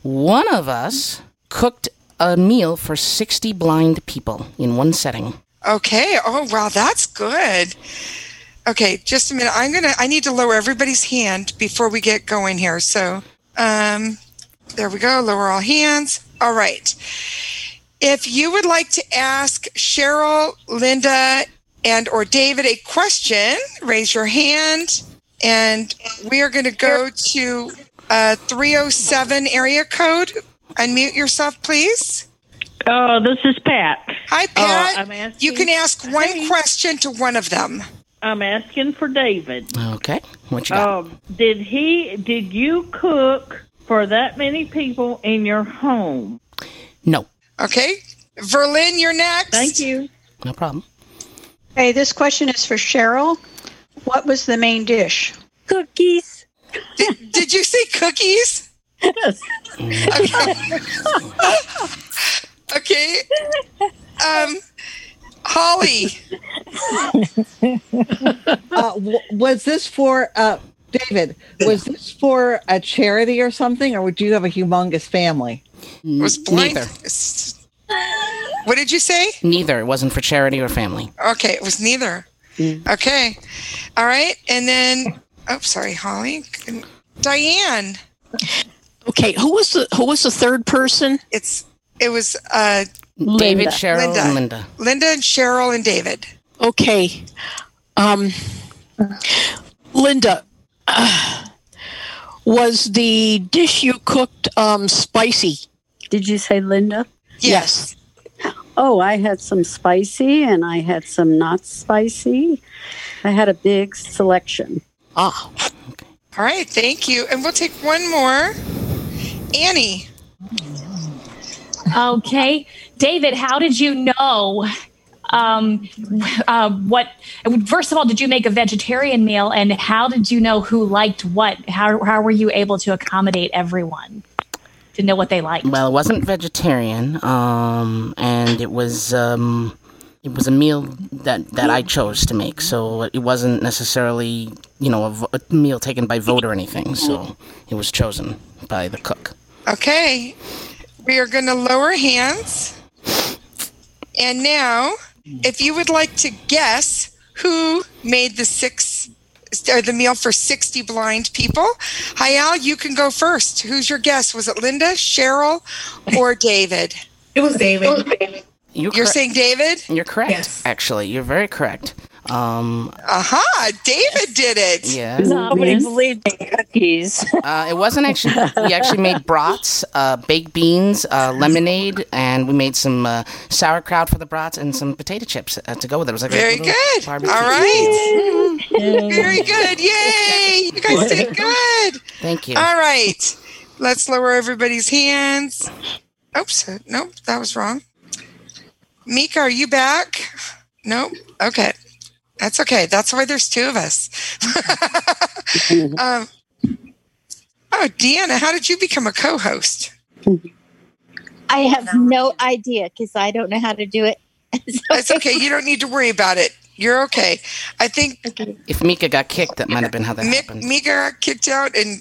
Speaker 4: One of us cooked a meal for 60 blind people in one setting.
Speaker 2: Okay. Oh wow, that's good. Okay, just a minute. I'm gonna. I need to lower everybody's hand before we get going here. So, um, there we go. Lower all hands. All right. If you would like to ask Cheryl, Linda, and or David a question, raise your hand, and we are going to go to oh uh, 307 area code. Unmute yourself, please.
Speaker 6: Oh, this is Pat.
Speaker 2: Hi, Pat.
Speaker 6: Oh, I'm asking,
Speaker 2: You can ask one question to one of them.
Speaker 6: I'm asking for David.
Speaker 4: Okay. What you got?
Speaker 21: Oh.
Speaker 6: Um, did he? Did you cook for that many people in your home?
Speaker 4: No.
Speaker 2: Okay. Verlin, you're next.
Speaker 6: Thank you.
Speaker 4: No problem.
Speaker 19: Hey, this question is for Cheryl. What was the main dish?
Speaker 8: Cookies.
Speaker 2: Did, did you say cookies?
Speaker 8: Yes.
Speaker 2: Okay. Um, Holly.
Speaker 5: uh, w- was this for uh, David? Was this for a charity or something, or would you have a humongous family?
Speaker 2: Was blind.
Speaker 4: Neither.
Speaker 2: What did you say?
Speaker 4: Neither. It wasn't for charity or family.
Speaker 2: Okay, it was neither. Okay. All right. And then, oh, sorry, Holly. Diane.
Speaker 6: Okay, who was the who was the third person?
Speaker 2: It's it was uh
Speaker 4: David, Cheryl,
Speaker 2: Linda.
Speaker 4: and Linda.
Speaker 2: Linda and Cheryl and David.
Speaker 6: Okay. Um, Linda, uh, was the dish you cooked um, spicy?
Speaker 8: Did you say Linda?
Speaker 6: Yes.
Speaker 8: Oh, I had some spicy and I had some not spicy. I had a big selection.
Speaker 6: Ah.
Speaker 2: All right, thank you. And we'll take one more. Annie.
Speaker 7: Okay, David, how did you know? Um, uh, what? First of all, did you make a vegetarian meal, and how did you know who liked what? How how were you able to accommodate everyone to know what they liked?
Speaker 4: Well, it wasn't vegetarian, um, and it was um, it was a meal that that I chose to make, so it wasn't necessarily you know a, vo- a meal taken by vote or anything. So it was chosen by the cook.
Speaker 2: Okay. We are going to lower hands. And now, if you would like to guess who made the six or the meal for 60 blind people, Hayal, you can go first. Who's your guess? Was it Linda, Cheryl, or David?
Speaker 13: It was David.
Speaker 4: You're,
Speaker 2: You're saying David?
Speaker 4: You're correct. Actually, you're very correct. Um,
Speaker 2: Aha, David did it.
Speaker 4: Yeah. Nobody Yes.
Speaker 2: believed in cookies.
Speaker 4: Uh, it wasn't actually. We actually made brats, uh, baked beans, uh, lemonade, and we made some uh, sauerkraut for the brats and some potato chips uh, to go with it. It was like a
Speaker 2: Very
Speaker 4: little
Speaker 2: good. All
Speaker 4: barbecue.
Speaker 2: right. Very good. Yay. You guys did good.
Speaker 4: Thank you.
Speaker 2: All right. Let's lower everybody's hands. Oops. uh, Nope. That was wrong. Mika, are you back? Nope. Okay. That's okay. That's why there's two of us. um, oh, Deanna, how did you become a co host?
Speaker 24: I have no idea because I don't know how to do it.
Speaker 2: It's okay. You don't need to worry about it. You're okay. I think
Speaker 4: If Mika got kicked, that might have been how that
Speaker 2: Mick,
Speaker 4: happened.
Speaker 2: Mika got kicked out, and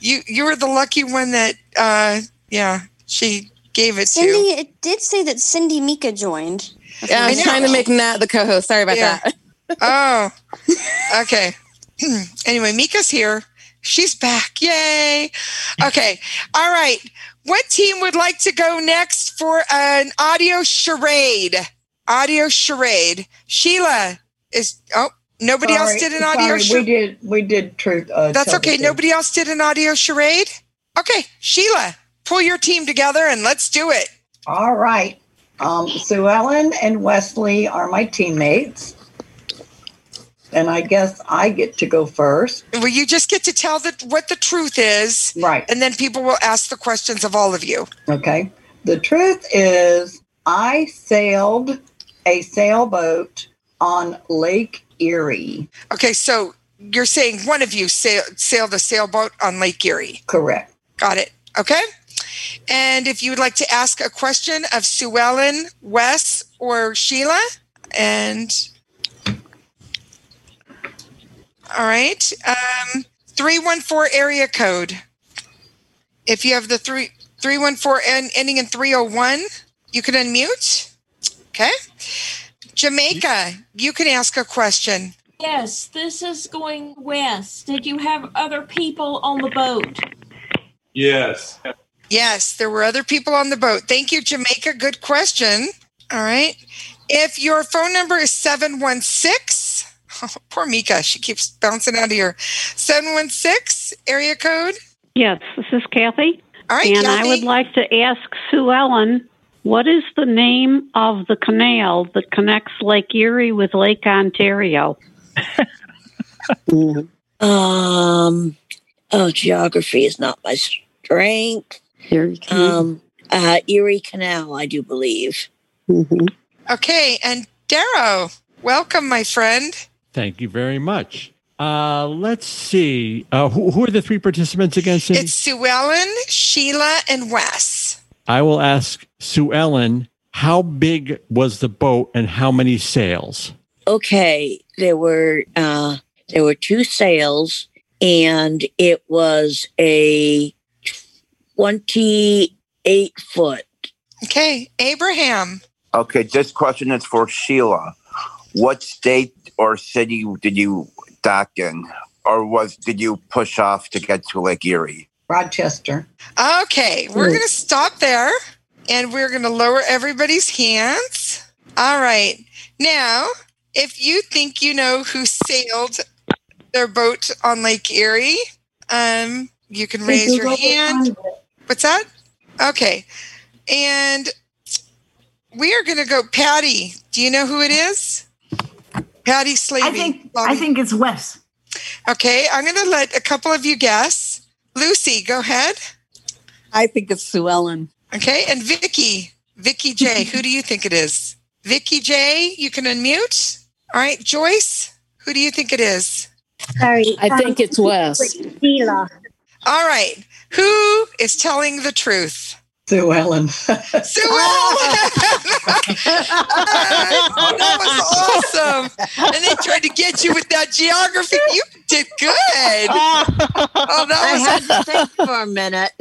Speaker 2: you you were the lucky one that uh yeah she gave it to.
Speaker 9: Cindy, it did say that Cindy Mika joined.
Speaker 3: Yeah, I was trying to make Nat the co-host. Sorry about that.
Speaker 2: oh, okay. anyway, Mika's here. She's back. Yay. Okay. All right. What team would like to go next for an audio charade? Audio charade. Sheila is. Oh, nobody else
Speaker 5: Sorry,
Speaker 2: did an audio
Speaker 5: sorry, We
Speaker 2: charade.
Speaker 5: did. We did truth. Uh,
Speaker 2: That's
Speaker 5: tell the
Speaker 2: okay.
Speaker 5: truth.
Speaker 2: Nobody else did an audio charade? Okay. Sheila, pull your team together and let's do it.
Speaker 5: All right. Um, Sue Ellen and Wesley are my teammates, and I guess I get to go first.
Speaker 2: Well, you just get to tell the, what the truth is.
Speaker 5: Right.
Speaker 2: And then people will ask the questions of all of you.
Speaker 5: Okay. The truth is, I sailed a sailboat on Lake Erie.
Speaker 2: Okay. So you're saying one of you sail, sailed a sailboat on Lake Erie.
Speaker 5: Correct.
Speaker 2: Got it. Okay. And if you would like to ask a question of Sue Ellen, Wes, or Sheila, and all right, um, 314 area code. If you have the three, 314 en- ending in 301, you can unmute. Okay. Jamaica, you can ask a question.
Speaker 25: Yes, this is going west. Did you have other people on the boat?
Speaker 26: Yes.
Speaker 2: Yes, there were other people on the boat. Thank you, Jamaica. Good question. All right. If your phone number is 716, oh, poor Mika, she keeps bouncing out of here. 716 area code.
Speaker 24: Yes, this is Kathy.
Speaker 2: All right,
Speaker 24: and I
Speaker 2: Kathy.
Speaker 24: would like to ask Sue Ellen
Speaker 1: What is the name of the canal that connects Lake Erie with Lake Ontario?
Speaker 12: Mm-hmm. Um, oh, geography is not my strength.
Speaker 1: Erie Canal.
Speaker 12: Um, uh, Erie Canal, I do believe.
Speaker 2: Okay, and Darrow, welcome, my friend.
Speaker 24: Mm-hmm.
Speaker 15: Thank you very much. Uh, let's see. Uh, who, who are the three participants again? Cindy?
Speaker 2: It's Sue Ellen, Sheila, and Wes.
Speaker 15: I will ask Sue Ellen, how big was the boat and how many sails?
Speaker 12: Okay, there were uh, there were two sails, and it was a twenty-eight foot.
Speaker 2: Okay, Abraham.
Speaker 17: Okay, this question is for Sheila. What state or city did you dock in, or was did you push off to get to Lake Erie?
Speaker 5: Rochester.
Speaker 2: Okay, we're
Speaker 5: Mm.
Speaker 2: going to stop there and we're going to lower everybody's hands. All right. Now, if you think you know who sailed their boat on Lake Erie, um, you can raise your hand. What's that? Okay. And we are going to go, Patty. Do you know who it is? Patty Slavy. I think, I think
Speaker 15: it's Wes.
Speaker 2: Okay, I'm going to let a couple of you guess. Lucy, go ahead.
Speaker 23: I think it's Sue Ellen.
Speaker 2: Okay, and Vicky, Vicky J, who do you think it is? Vicky J, you can unmute. All right, Joyce, who do you think it is?
Speaker 20: Sorry. um,
Speaker 2: I think it's Wes.
Speaker 20: Sheila.
Speaker 2: All right, who is telling the truth?
Speaker 5: Sue Ellen.
Speaker 2: Sue
Speaker 23: Ah.
Speaker 2: Ellen! that was awesome. And they tried to get you with that geography. You did good. Oh,
Speaker 23: I
Speaker 2: that
Speaker 23: had
Speaker 2: was
Speaker 23: to think
Speaker 12: for a minute.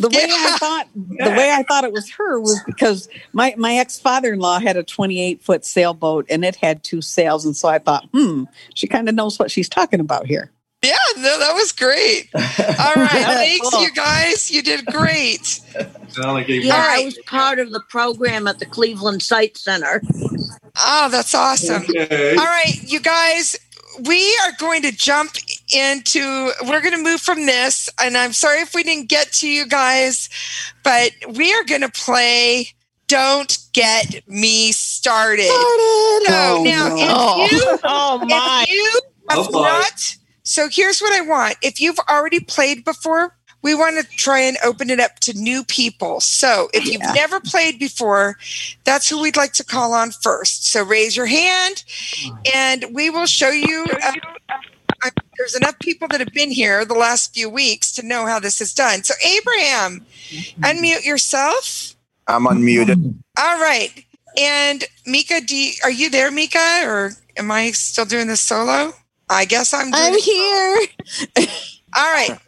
Speaker 23: The way I thought the way I thought it was her was because my, my ex father in law had a twenty eight foot sailboat and it had two sails and so I thought hmm she kind of knows what she's talking about here.
Speaker 2: Yeah, no, that was great. All right, thanks, you guys. You did great.
Speaker 17: Sound like
Speaker 12: Yeah, I was part of the program at the Cleveland Sight Center.
Speaker 2: Oh, that's awesome.
Speaker 12: Okay.
Speaker 2: All right, you guys, we are going to jump into, we're going to move from this. And I'm sorry if we didn't get to you guys, but we are going to play Don't Get Me Started. So
Speaker 12: Oh,
Speaker 2: now,
Speaker 12: no.
Speaker 2: if you,
Speaker 12: Oh, my.
Speaker 2: If you have
Speaker 12: Oh, boy.
Speaker 2: not, so here's what I want. If you've already played before, we want to try and open it up to new people. So if you've never played before, that's who we'd like to call on first. So raise your hand and we will show you. uh, I- there's enough people that have been here the last few weeks to know how this is done. So, Abraham,
Speaker 12: Mm-hmm.
Speaker 2: unmute yourself.
Speaker 17: I'm unmuted.
Speaker 2: All right. And Mika, do you, are you there, Mika, or am I still doing this solo? I guess I'm. Doing
Speaker 12: I'm
Speaker 2: it solo. All right.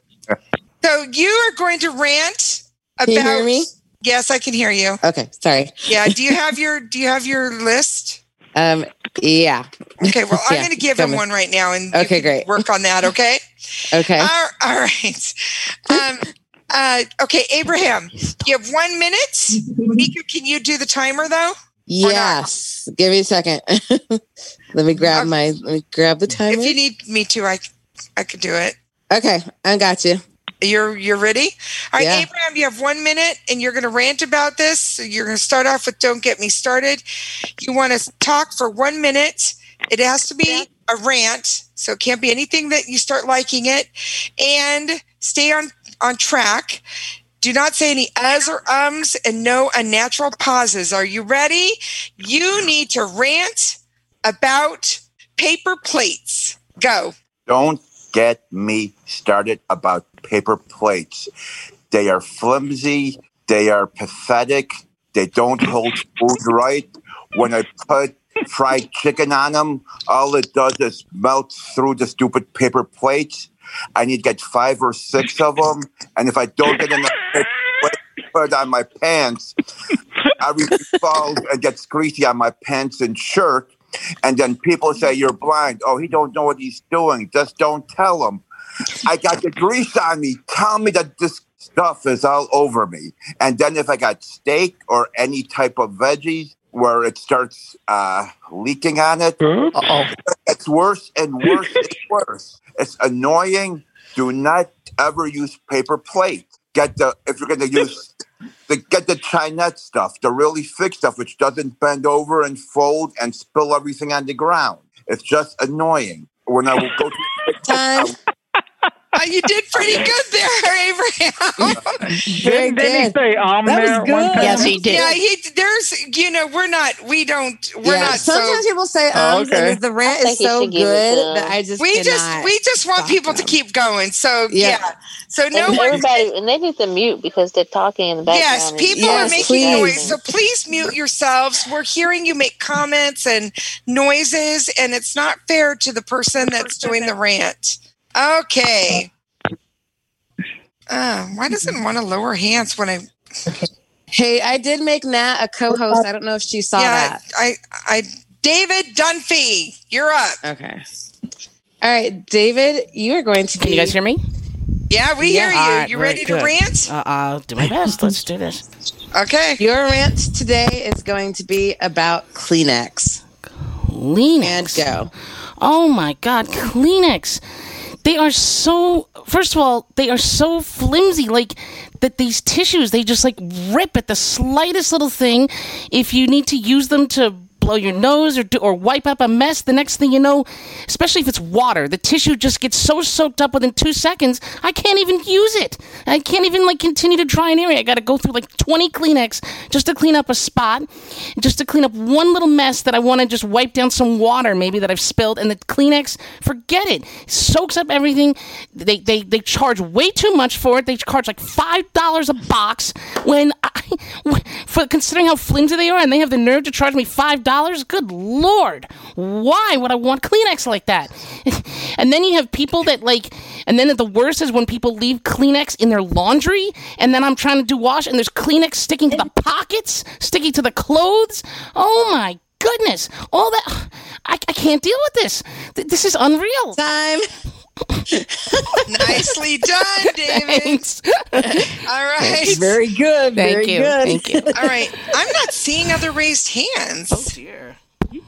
Speaker 2: So you are going to rant about.
Speaker 17: Can you hear me?
Speaker 2: Yes, I can hear you.
Speaker 17: Okay, sorry.
Speaker 2: Yeah. Do you have your Do you have your list?
Speaker 17: Um, yeah.
Speaker 2: Okay. Well, I'm
Speaker 17: Yeah,
Speaker 2: going to give him
Speaker 17: coming.
Speaker 2: one right now, and you can
Speaker 17: Okay, great.
Speaker 2: work on that. Okay.
Speaker 17: Okay.
Speaker 2: All, all right. Um, uh, okay, Abraham, you have one minute. Mika, can you do the timer though?
Speaker 17: yes. Give me a second. let me grab my. Let me grab the timer.
Speaker 2: If you need me to, I I could do it.
Speaker 17: okay, I got you.
Speaker 2: You're you're ready. All right,
Speaker 17: Yeah.
Speaker 2: Abraham, you have one minute, and you're going to rant about this. So you're going to start off with "Don't get me started." You want to talk for one minute. It has to be a rant, so it can't be anything that you start liking it, and stay on on track. Do not say any uhs or ums, and no unnatural pauses. Are you ready? You need to rant about paper plates. Go.
Speaker 17: Don't get me started about paper plates. They are flimsy. They are pathetic. They don't hold food right. When I put fried chicken on them, all it does is melt through the stupid paper plates. I need to get five or six of them. And if I don't get enough paper plates to put on my pants, I falls and gets greasy on my pants and shirt. And then people say you're blind. Oh, he don't know what he's doing. Just don't tell him. I got the grease on me. Tell me that this stuff is all over me. And then if I got steak or any type of veggies where it starts uh, leaking on it, it gets worse and worse and worse. It's annoying. Do not ever use paper plate. Get the if you're going to use the get the Chinette stuff, the really thick stuff, which doesn't bend over and fold and spill everything on the ground. It's just annoying. When I will go to
Speaker 2: Time. Uh, you did pretty good there, Abraham.
Speaker 6: Didn't, didn't he say almond
Speaker 2: That was
Speaker 6: there at one
Speaker 2: good.
Speaker 6: time?
Speaker 2: Yes, he did. Yeah, he, there's, you know, we're not, we don't, we're
Speaker 10: Yeah.
Speaker 2: not.
Speaker 10: Sometimes
Speaker 2: so,
Speaker 10: people say
Speaker 2: Oh,
Speaker 10: ums, and it's- the rant is so good that I just
Speaker 2: we
Speaker 10: cannot.
Speaker 2: just we just want people to keep going. So yeah, so no
Speaker 10: And
Speaker 2: one.
Speaker 10: everybody-
Speaker 2: and they need to mute because they're talking in the Yes,
Speaker 10: background.
Speaker 2: people are
Speaker 10: Yes,
Speaker 2: making
Speaker 10: please.
Speaker 2: noise, so please mute yourselves. We're hearing you make comments and noises, and it's not fair to the person that's doing the rant. Okay. Uh, why doesn't want to lower hands when I?
Speaker 10: Hey, I did make Nat a co-host. I don't know if she saw
Speaker 2: yeah,
Speaker 10: that.
Speaker 2: I, I, David Dunphy, you're up.
Speaker 10: Okay. All right, David, you are going to. Be...
Speaker 4: Can you guys hear me?
Speaker 2: Yeah, we hear
Speaker 4: All
Speaker 2: you.
Speaker 4: right,
Speaker 2: you
Speaker 4: very
Speaker 2: ready to
Speaker 4: good.
Speaker 2: rant?
Speaker 4: Uh, I'll do my best. Let's do this.
Speaker 2: Okay.
Speaker 10: Your rant today is going to be about Kleenex.
Speaker 4: Kleenex. And
Speaker 10: go.
Speaker 4: Oh my God, Kleenex. They are so, first of all, they are so flimsy. Like, that these tissues, they just like rip at the slightest little thing. If you need to use them to blow your nose or, do, or wipe up a mess, the next thing you know, especially if it's water, the tissue just gets so soaked up within two seconds, I can't even use it. I can't even like continue to dry an area. I got to go through like 20 Kleenex just to clean up a spot, just to clean up one little mess that I want to just wipe down some water maybe that I've spilled. And the Kleenex, forget it, soaks up everything. They they they charge way too much for it. They charge like five dollars a box when I, for considering how flimsy they are, and they have the nerve to charge me five dollars. Good lord, why would I want Kleenex like that? and then you have people that like, and then the worst is when people leave Kleenex in their laundry, and then I'm trying to do wash, and there's Kleenex sticking to the pockets, sticking to the clothes. Oh my goodness, all that I, I can't deal with this. Th- this is unreal.
Speaker 10: Time.
Speaker 2: Nicely done, David. All right.
Speaker 4: Thanks.
Speaker 23: Very good.
Speaker 4: Thank
Speaker 23: very
Speaker 4: you,
Speaker 23: good.
Speaker 4: thank you.
Speaker 2: All right. I'm not seeing other raised hands. Oh dear.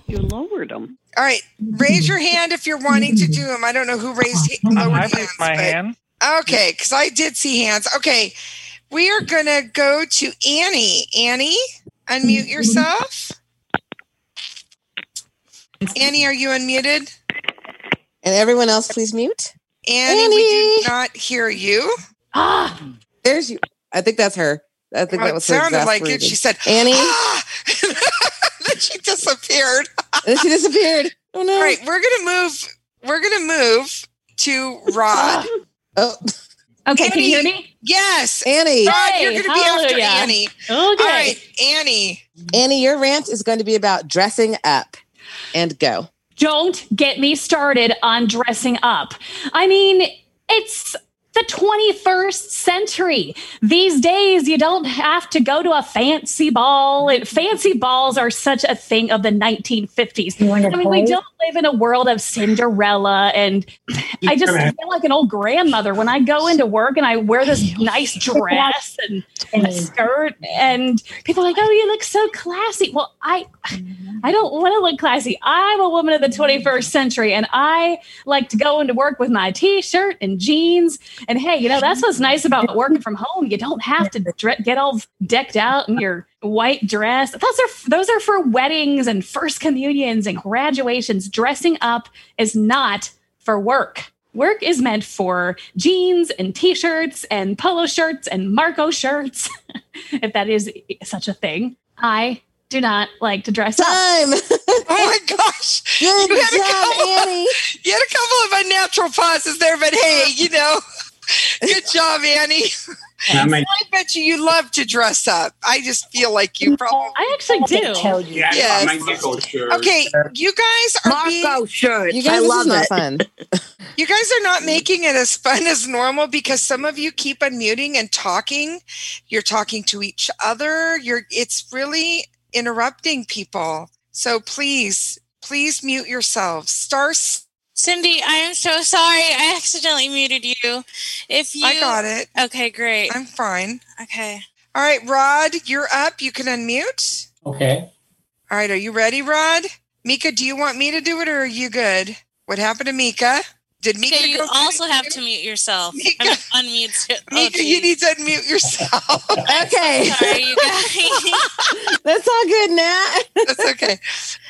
Speaker 1: You lowered them.
Speaker 2: All right. Raise your hand if you're wanting to do them. I don't know who raised ha- lowered
Speaker 26: I
Speaker 2: hands.
Speaker 26: raised my hand.
Speaker 2: Okay, because I did see hands. Okay. We are gonna go to Annie. Annie, unmute yourself. Annie, are you unmuted?
Speaker 10: And everyone else, please mute.
Speaker 2: Annie, we do not hear you.
Speaker 10: Ah, there's you. I think that's her. I think
Speaker 2: Well,
Speaker 10: that
Speaker 2: it
Speaker 10: was her
Speaker 2: sounded like it.
Speaker 10: exasperated.
Speaker 2: She said, "Ah!"
Speaker 10: Annie.
Speaker 2: then she disappeared.
Speaker 10: then she disappeared. Oh no.
Speaker 2: All right, we're gonna move. We're gonna move to Rod.
Speaker 10: oh.
Speaker 7: Okay, can you hear
Speaker 2: me? Yes,
Speaker 10: Annie.
Speaker 2: Rod, you're gonna be after
Speaker 10: hallelujah.
Speaker 2: Annie.
Speaker 7: Oh,
Speaker 2: All right, Annie.
Speaker 10: Annie, your rant is going to be about dressing up and go.
Speaker 7: Don't get me started on dressing up. I mean, it's the 21st century. These days, you don't have to go to a fancy ball. And fancy balls are such a thing of the 1950s. I mean, we
Speaker 24: play?
Speaker 7: don't live in a world of Cinderella. And I just feel like an old grandmother when I go into work and I wear this nice dress and a skirt. And people are like, oh, you look so classy. Well, I. I don't want to look classy. I'm a woman of the 21st century and I like to go into work with my t shirt and jeans. And hey, you know, that's what's nice about working from home. You don't have to dre- get all decked out in your white dress. Those are, those are for weddings and first communions and graduations. Dressing up is not for work. Work is meant for jeans and t shirts and polo shirts and Marco shirts, if that is eh, such a thing. I do not like to dress
Speaker 10: Time. up.
Speaker 2: Oh my gosh,
Speaker 10: Good
Speaker 2: you had a
Speaker 10: job,
Speaker 2: couple.
Speaker 10: Annie.
Speaker 2: You had a couple of unnatural pauses there, but hey, you know, good job, Annie.
Speaker 26: Now, my-
Speaker 2: I bet you you love to dress up. I just feel like you probably.
Speaker 7: I actually do.
Speaker 26: Yeah, I got
Speaker 2: Yes.
Speaker 26: my Nico shirt.
Speaker 2: Okay, you guys are being,
Speaker 10: shirt. You guys,
Speaker 26: I
Speaker 10: this
Speaker 26: love
Speaker 10: is not
Speaker 26: it.
Speaker 10: fun.
Speaker 2: you guys are not making it as fun as normal because some of you keep unmuting and talking. You're talking to each other. You're it's really interrupting people. So please, please mute yourselves. Star
Speaker 18: Cindy, I am so sorry. I accidentally muted you. If you
Speaker 2: I got it.
Speaker 18: Okay, great.
Speaker 2: I'm fine.
Speaker 18: Okay.
Speaker 2: All right, Rod, you're up. You can unmute.
Speaker 26: Okay.
Speaker 2: All right, are you ready, Rod? Mika, do you want me to do it or are you good? What happened to Mika? Did Mika
Speaker 18: Okay, you
Speaker 2: go
Speaker 18: also have to mute yourself. I mean, unmute. Mika,
Speaker 2: Mika, you need to unmute yourself.
Speaker 18: okay. Oh, Sorry, you guys.
Speaker 10: That's all good, Nat.
Speaker 2: That's okay.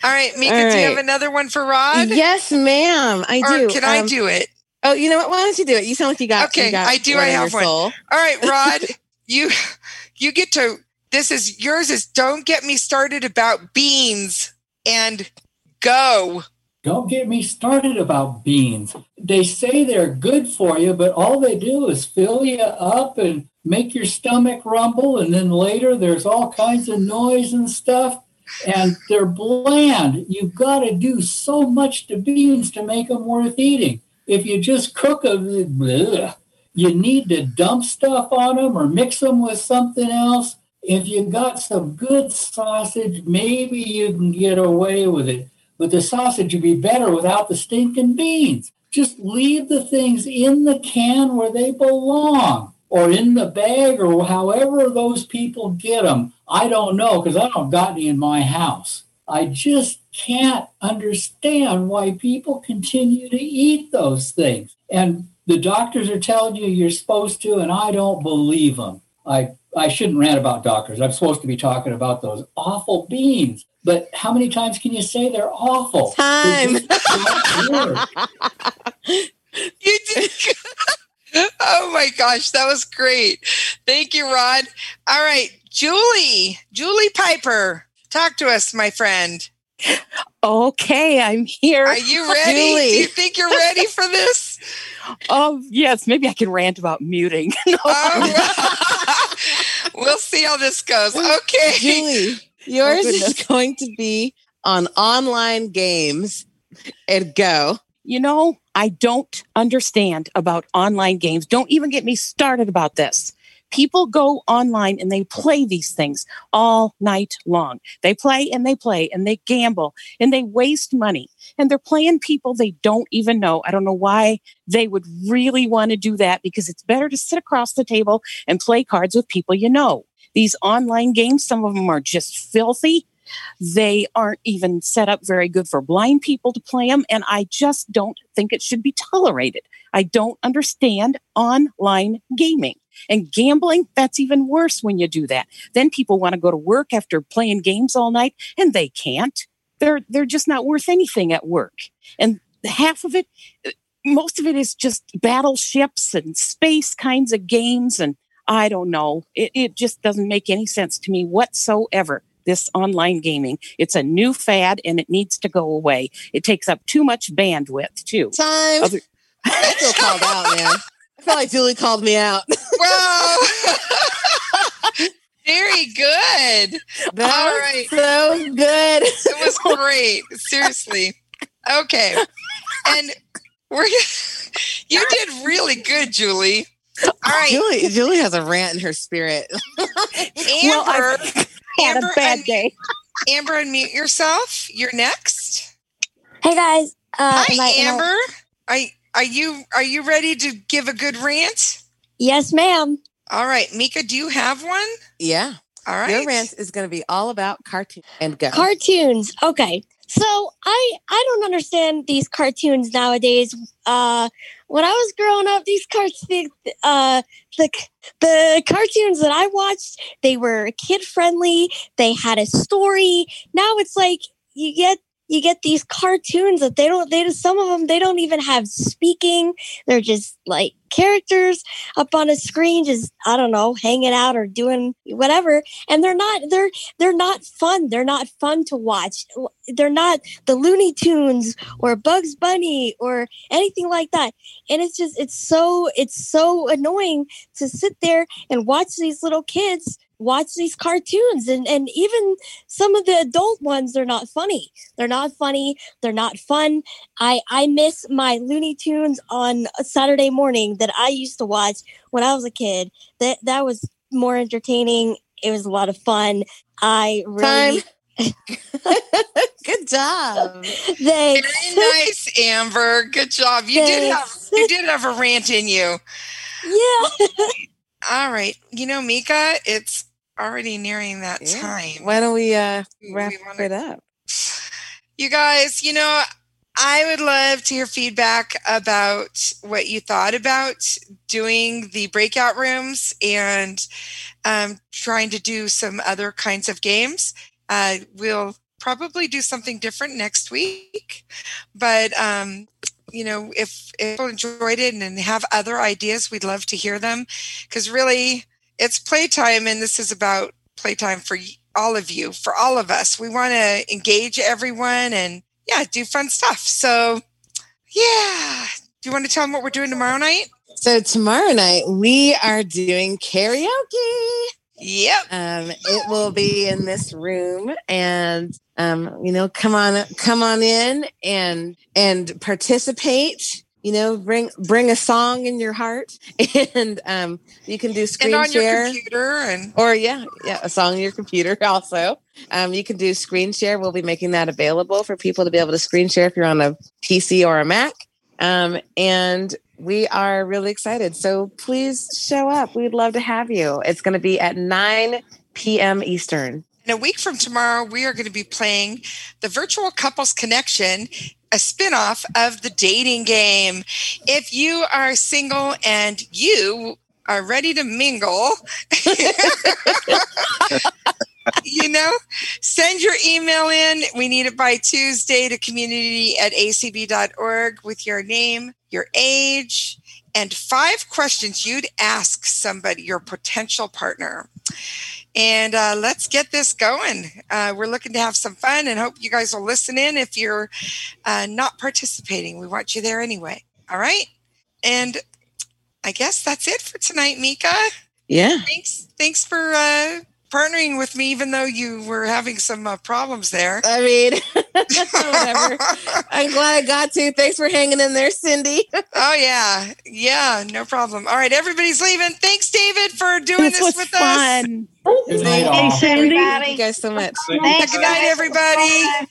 Speaker 2: All right, Mika,
Speaker 10: All
Speaker 2: do you have
Speaker 10: right.
Speaker 2: another one for Rod?
Speaker 10: Yes, ma'am. I
Speaker 2: Or
Speaker 10: do.
Speaker 2: can I do it?
Speaker 10: Oh, you know what? Why don't you do it? You sound like you got.
Speaker 2: Okay,
Speaker 10: you got
Speaker 2: I do. I
Speaker 10: in
Speaker 2: have
Speaker 10: your
Speaker 2: one.
Speaker 10: soul.
Speaker 2: All right, Rod, you you get to this is yours is don't get me started about beans and go.
Speaker 11: Don't get me started about beans. They say they're good for you, but all they do is fill you up and make your stomach rumble. And then later there's all kinds of noise and stuff. And they're bland. You've got to do so much to beans to make them worth eating. If you just cook them, bleh, you need to dump stuff on them or mix them with something else. If you got some good sausage, maybe you can get away with it. But the sausage would be better without the stinking beans. Just leave the things in the can where they belong or in the bag or however those people get them. I don't know because I don't got any in my house. I just can't understand why people continue to eat those things. And the doctors are telling you you're supposed to, and I don't believe them. I, I shouldn't rant about doctors. I'm supposed to be talking about those awful beans. But how many times can you say they're awful? Time.
Speaker 2: You did. oh my gosh, that was great. Thank you, Rod. All right, Julie, Julie Piper, talk to us, my friend.
Speaker 14: Okay, I'm here.
Speaker 2: Are you ready? Do you
Speaker 14: Julie.
Speaker 2: think you're ready for this?
Speaker 14: Um, yes, maybe I can rant about muting. No, I'm not.
Speaker 2: We'll see how this goes. Okay. Oh,
Speaker 10: Julie, yours is
Speaker 14: goodness.
Speaker 10: going to be on online games.
Speaker 14: and go. You know, I don't understand about online games. Don't even get me started about this. People go online and they play these things all night long. They play and they play and they gamble and they waste money and they're playing people they don't even know. I don't know why they would really want to do that because it's better to sit across the table and play cards with people you know. These online games, some of them are just filthy. They aren't even set up very good for blind people to play them. And I just don't think it should be tolerated. I don't understand online gaming and gambling. That's even worse when you do that. Then people want to go to work after playing games all night and they can't. They're, they're just not worth anything at work. And half of it, most of it is just battleships and space kinds of games and i don't know it, it just doesn't make any sense to me whatsoever this online gaming it's a new fad and it needs to go away it takes up too much bandwidth too
Speaker 10: Time.
Speaker 14: Other-
Speaker 10: I feel called out, man. I feel like Julie called me out.
Speaker 2: Wow. Very good.
Speaker 10: That
Speaker 2: All
Speaker 10: was
Speaker 2: right.
Speaker 10: so good.
Speaker 2: It was great. Seriously. Okay. And we're you did really good, Julie. All right.
Speaker 10: Julie, Julie has a rant in her spirit.
Speaker 2: Amber,
Speaker 10: had a
Speaker 2: Amber,
Speaker 10: bad
Speaker 2: un-
Speaker 10: day.
Speaker 2: Amber, unmute yourself. You're next.
Speaker 9: Hey guys. Uh,
Speaker 2: Hi,
Speaker 9: am I- am I-
Speaker 2: Amber. are are you are you ready to give a good rant?
Speaker 9: yes, ma'am.
Speaker 2: All right, Mika, do you have one?
Speaker 10: Yeah.
Speaker 2: All right.
Speaker 10: Your rant is going to be all about cartoons and go.
Speaker 9: Cartoons. Okay. So I I don't understand these cartoons nowadays. Uh, when I was growing up, these cartoons, uh, the the cartoons that I watched, they were kid friendly. They had a story. Now it's like you get you get these cartoons that they don't they some of them they don't even have speaking. They're just like characters up on a screen, just I don't know, hanging out or doing whatever. And they're not they're they're not fun. They're not fun to watch. They're not the Looney Tunes or Bugs Bunny or anything like that. And it's just it's so it's so annoying to sit there and watch these little kids watch these cartoons and and even some of the adult ones they're not funny they're not funny they're not fun i i miss my looney tunes on a saturday morning that i used to watch when i was a kid that that was more entertaining it was a lot of fun i really
Speaker 10: good job
Speaker 9: thanks
Speaker 2: Nice, Amber. Good job. You did have you did have a rant in you.
Speaker 9: Yeah.
Speaker 2: All right. You know, Mika, it's already nearing that time.
Speaker 10: Why don't we uh, wrap
Speaker 2: wanna-
Speaker 10: it up?
Speaker 2: You guys, you know, I would love to hear feedback about what you thought about doing the breakout rooms and um, trying to do some other kinds of games. Uh, we'll probably do something different next week, but um, you know, if, if people enjoyed it and have other ideas, we'd love to hear them because really, it's playtime, and this is about playtime for y- all of you, for all of us. We want to engage everyone and yeah, do fun stuff. So, yeah. Do you want to tell them what we're doing tomorrow night?
Speaker 3: So tomorrow night we are doing karaoke.
Speaker 2: Yep.
Speaker 3: Um, it will be in this room, and um, you know, come on, come on in and and participate. You know, bring bring a song in your heart, and um, you can do screen
Speaker 2: and on
Speaker 3: share
Speaker 2: your computer and
Speaker 3: or yeah, yeah, a song on your computer also. Um, you can do screen share. We'll be making that available for people to be able to screen share if you're on a PC or a Mac. Um, and we are really excited. So please show up. We'd love to have you. It's going to be at 9 p.m. Eastern.
Speaker 2: And a week from tomorrow, we are going to be playing the Virtual Couples Connection, a spinoff of the dating game. If you are single and you are ready to mingle, you know, send your email in. We need it by Tuesday to community at acb.org with your name, your age, and five questions you'd ask somebody, your potential partner. And uh, let's get this going. Uh, we're looking to have some fun and hope you guys will listen in if you're uh, not participating. We want you there anyway. All right. And I guess that's it for tonight, Mika.
Speaker 3: Yeah.
Speaker 2: Thanks. Thanks for uh, partnering with me, even though you were having some uh, problems there.
Speaker 3: I mean, whatever. I'm glad I got to. Thanks for hanging in there, Cindy.
Speaker 2: oh yeah, yeah, no problem. All right, everybody's leaving. Thanks, David, for doing this, with us.
Speaker 3: Good
Speaker 2: night, all.
Speaker 3: Thank you guys so much.
Speaker 2: Good night, everybody.